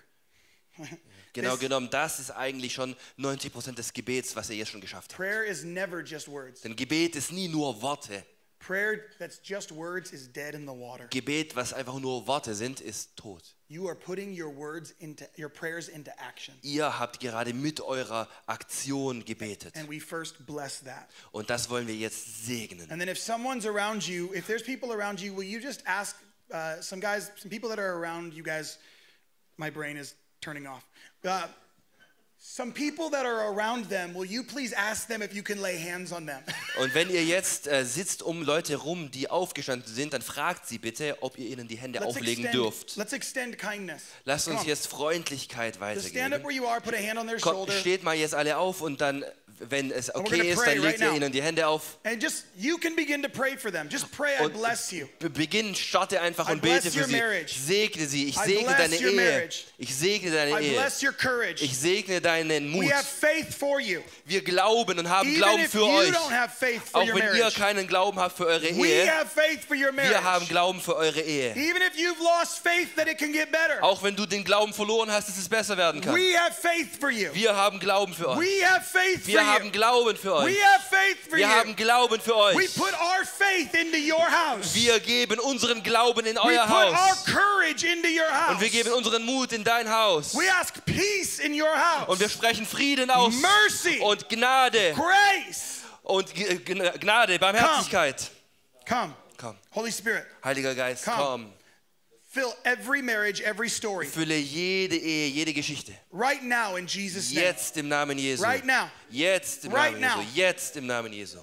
S2: Genau
S1: This-
S2: genommen, das ist eigentlich schon 90% des Gebets, was ihr jetzt schon geschafft habt.
S1: Prayer is never just words.
S2: Denn Gebet ist nie nur Worte.
S1: Prayer that's just words is dead in the water.
S2: Gebet, was einfach nur Worte sind, ist tot.
S1: You are putting your words into your prayers into action.
S2: Ihr habt gerade mit eurer Aktion gebetet.
S1: And we first bless that.
S2: Und das wollen wir jetzt segnen.
S1: And then if someone's around you, if there's people around you, will you just ask uh, some guys, some people that are around you guys, my brain is turning off. Uh, some people that are around them, will you please ask them if you can lay hands on them?
S2: Und wenn ihr jetzt äh, sitzt um Leute rum, die aufgestanden sind, dann fragt sie bitte, ob ihr ihnen die Hände auflegen dürft.
S1: let's extend kindness.
S2: Lasst
S1: Come
S2: uns
S1: on.
S2: jetzt Freundlichkeit
S1: Just stand up
S2: weitergeben.
S1: where you are, put a hand on their
S2: Kommt,
S1: shoulder,
S2: steht mal jetzt alle auf und dann, wenn es
S1: we're gonna
S2: okay ist,
S1: pray
S2: dann legt
S1: right
S2: ihr
S1: now.
S2: ihnen die Hände auf.
S1: and just, you can begin to pray for them. Just pray, I
S2: Und
S1: bless you.
S2: be- beginn, starte einfach
S1: I
S2: und bete
S1: bless
S2: für
S1: your
S2: sie.
S1: marriage.
S2: Segne sie. Ich
S1: I
S2: segne
S1: bless
S2: deine
S1: your
S2: Ehe.
S1: marriage.
S2: Ich segne deine
S1: I
S2: Ehe.
S1: bless your
S2: Ich
S1: courage.
S2: segne deinen
S1: We
S2: Mut.
S1: have faith for you.
S2: Wir glauben und haben
S1: Even
S2: Glauben
S1: if
S2: für
S1: you
S2: euch.
S1: don't have faith for
S2: Auch
S1: your
S2: wenn ihr
S1: marriage,
S2: keinen Glauben habt für eure
S1: we
S2: Ehe,
S1: have faith for your
S2: wir haben
S1: marriage.
S2: Glauben für eure Ehe.
S1: Even if you've lost faith that it can get better,
S2: Auch wenn du den Glauben verloren hast, dass es besser werden kann.
S1: we have faith for you.
S2: Wir haben Glauben für euch.
S1: We have faith for
S2: Wir haben
S1: you.
S2: Glauben für
S1: We
S2: euch.
S1: have faith for
S2: Wir
S1: you.
S2: haben Glauben für
S1: We
S2: euch.
S1: put our faith into your house.
S2: Wir geben unseren Glauben in
S1: we
S2: euer
S1: put our
S2: Haus.
S1: courage into your house.
S2: Und wir geben unseren Mut in dein Haus.
S1: we ask peace in your house.
S2: Und wir sprechen Frieden aus.
S1: Mercy.
S2: Und Gnade.
S1: Grace.
S2: Und G- äh, Gna- Gnade, Barmherzigkeit.
S1: Come.
S2: Komm,
S1: Holy Spirit,
S2: Heiliger Geist,
S1: Komm.
S2: komm.
S1: fill every marriage, every story
S2: Fülle jede Ehe, jede Geschichte.
S1: right now in Jesus' name.
S2: Jetzt im Namen Jesu.
S1: Right now.
S2: Jetzt im
S1: Right
S2: Namen
S1: now.
S2: Jesu. Jetzt im Namen Jesu.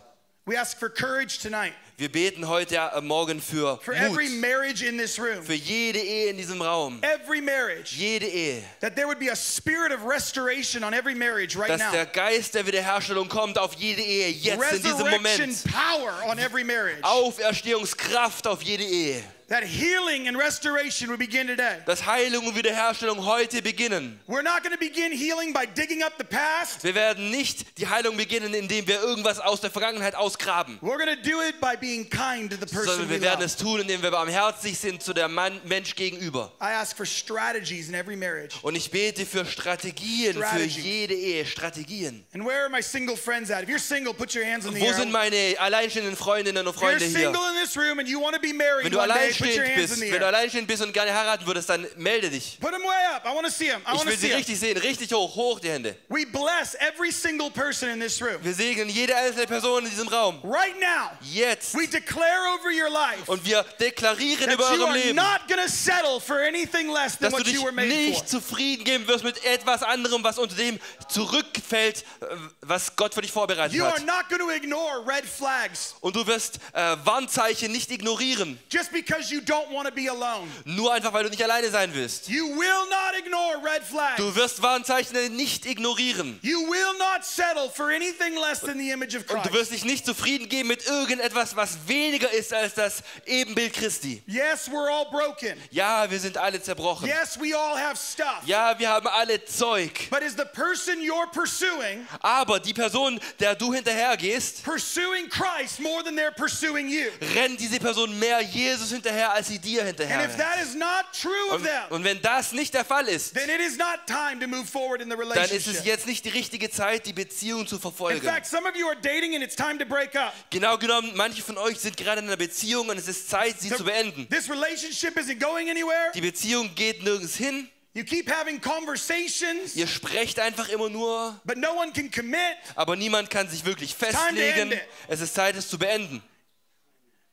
S1: We ask for courage tonight
S2: Wir beten heute äh, Morgen für
S1: for every
S2: Mut.
S1: marriage in this room.
S2: Für jede Ehe in diesem Raum.
S1: Every marriage.
S2: Jede Ehe.
S1: That there would be a spirit of restoration on every marriage right
S2: Dass der
S1: now.
S2: Geist der Wiederherstellung kommt auf jede Ehe. Jetzt in diesem
S1: Resurrection
S2: Moment.
S1: power on every marriage.
S2: Auferstehungskraft auf jede Ehe.
S1: That healing and restoration would begin today.
S2: Dass Heilung und Wiederherstellung heute beginnen.
S1: We're not going to begin healing by digging up the past.
S2: Wir werden nicht die Heilung beginnen, indem wir irgendwas aus der Vergangenheit ausgraben,
S1: We're going to do it by being kind to the person
S2: sondern
S1: we
S2: wir werden es
S1: love.
S2: tun, indem wir barmherzig sind zu der Mann, Mensch gegenüber.
S1: I ask for strategies in every marriage.
S2: Und ich bete für Strategien, für
S1: Strategies.
S2: jede Ehe, Strategien.
S1: And where are my single friends at? If you're single, put your hands in the
S2: Wo
S1: air.
S2: sind meine alleinstehenden Freundinnen und
S1: if
S2: Freunde
S1: you're
S2: hier?
S1: single in this room and you want to be married
S2: Wenn du
S1: one day, put your hands
S2: alleinstehend bist,
S1: in the
S2: wenn du
S1: air.
S2: alleinstehend bist und gerne heiraten würdest, dann melde dich.
S1: Put them way up. I want to see them. I
S2: Ich
S1: want to
S2: will
S1: see
S2: sie
S1: 'em.
S2: richtig sehen, richtig hoch, hoch die Hände.
S1: We bless every single person in this room.
S2: Wir segnen jede einzelne Person in diesem Raum.
S1: Right now,
S2: Jetzt.
S1: we declare over your life
S2: Und wir deklarieren
S1: that
S2: über
S1: you
S2: eurem
S1: are
S2: Leben,
S1: not going to settle for anything less than
S2: dass du
S1: what
S2: dich
S1: you were made for.
S2: nicht zufrieden geben wirst mit etwas anderem, was unter dem zurückfällt, äh, was Gott für dich vorbereitet
S1: You are
S2: hat.
S1: not going to ignore red flags
S2: Und du wirst äh, Warnzeichen nicht ignorieren,
S1: just because you don't want to be alone.
S2: nur einfach weil du nicht alleine sein willst.
S1: You will not ignore red flags.
S2: Du wirst Warnzeichen nicht ignorieren.
S1: You will not settle for anything less than the image of
S2: Und
S1: Christ.
S2: du wirst dich nicht zufrieden geben mit irgendetwas, was weniger ist als das Ebenbild Christi.
S1: Yes, we're all broken.
S2: Ja, wir sind alle zerbrochen.
S1: Yes, we all have stuff.
S2: Ja, wir haben alle Zeug.
S1: But is the person you're pursuing
S2: Aber die Person, der du hinterhergehst,
S1: pursuing Christ more than they're pursuing you?
S2: rennt diese Person mehr Jesus hinterher, als sie dir
S1: And if
S2: hinterher.
S1: that is not true of
S2: Und,
S1: them,
S2: und wenn das nicht der Fall ist,
S1: then it is not time to move forward in the
S2: dann ist es
S1: relationship.
S2: jetzt nicht die richtige Zeit, die Beziehung zu
S1: In
S2: verfolgen.
S1: fact, some of you are dating and it's time to break up.
S2: Genau genommen, manche von euch sind gerade in einer Beziehung und es ist Zeit, sie zu beenden.
S1: This relationship isn't going anywhere.
S2: Die Beziehung geht nirgends hin.
S1: You keep having conversations,
S2: Ihr sprecht einfach immer nur,
S1: but no one can commit.
S2: aber niemand kann sich wirklich
S1: to end
S2: festlegen.
S1: it.
S2: Es ist Zeit, es zu beenden.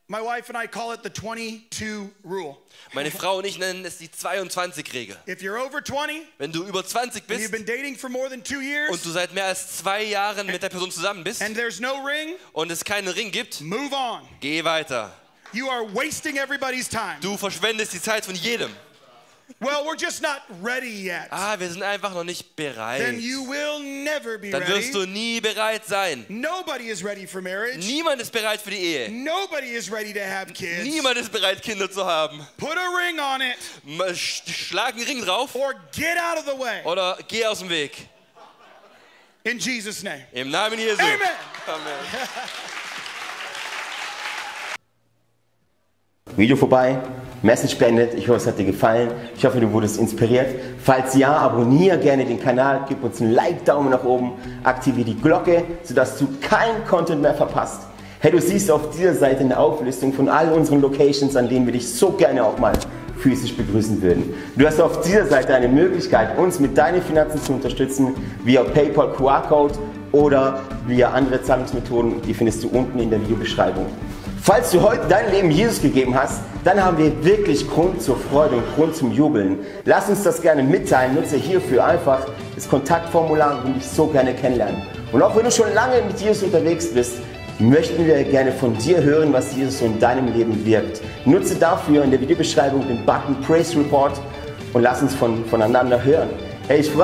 S1: My wife and I call it the 22 rule.
S2: Meine Frau und ich nennen es die 22-Regel.
S1: If you're over 20
S2: Wenn du über 20
S1: and you've
S2: bist
S1: been dating for more than two
S2: und
S1: years
S2: du seit mehr als zwei Jahren mit der Person zusammen bist
S1: and there's no ring,
S2: und es keinen Ring gibt,
S1: move on.
S2: geh weiter.
S1: You are wasting everybody's time.
S2: Du verschwendest die Zeit von jedem.
S1: Well, we're just not ready yet.
S2: Ah, wir sind einfach noch nicht
S1: Then
S2: bereit.
S1: you will never be
S2: Dann wirst du
S1: ready.
S2: nie bereit sein.
S1: Nobody is ready for marriage.
S2: Niemand ist bereit für die Ehe.
S1: Nobody is ready to have kids.
S2: Niemand ist bereit, Kinder zu haben.
S1: Put a ring on it
S2: Mal sch- Schlag einen Ring drauf
S1: or get out of the way.
S2: oder geh aus dem Weg.
S1: In Jesus' name.
S2: Im Namen Jesu.
S1: Amen.
S2: Amen.
S3: Video vorbei, Message beendet. Ich hoffe, es hat dir gefallen. Ich hoffe, du wurdest inspiriert. Falls ja, abonniere gerne den Kanal, gib uns einen Like, Daumen nach oben, aktiviere die Glocke, sodass du keinen Content mehr verpasst. Hey, du siehst auf dieser Seite eine Auflistung von all unseren Locations, an denen wir dich so gerne auch mal physisch begrüßen würden. Du hast auf dieser Seite eine Möglichkeit, uns mit deinen Finanzen zu unterstützen, via PayPal QR-Code oder via andere Zahlungsmethoden. Die findest du unten in der Videobeschreibung. Falls du heute dein Leben Jesus gegeben hast, dann haben wir wirklich Grund zur Freude und Grund zum Jubeln. Lass uns das gerne mitteilen. Nutze hierfür einfach das Kontaktformular und dich so gerne kennenlernen. Und auch wenn du schon lange mit Jesus unterwegs bist, möchten wir gerne von dir hören, was Jesus so in deinem Leben wirkt. Nutze dafür in der Videobeschreibung den Button Praise Report und lass uns von, voneinander hören. Hey, ich freue mich.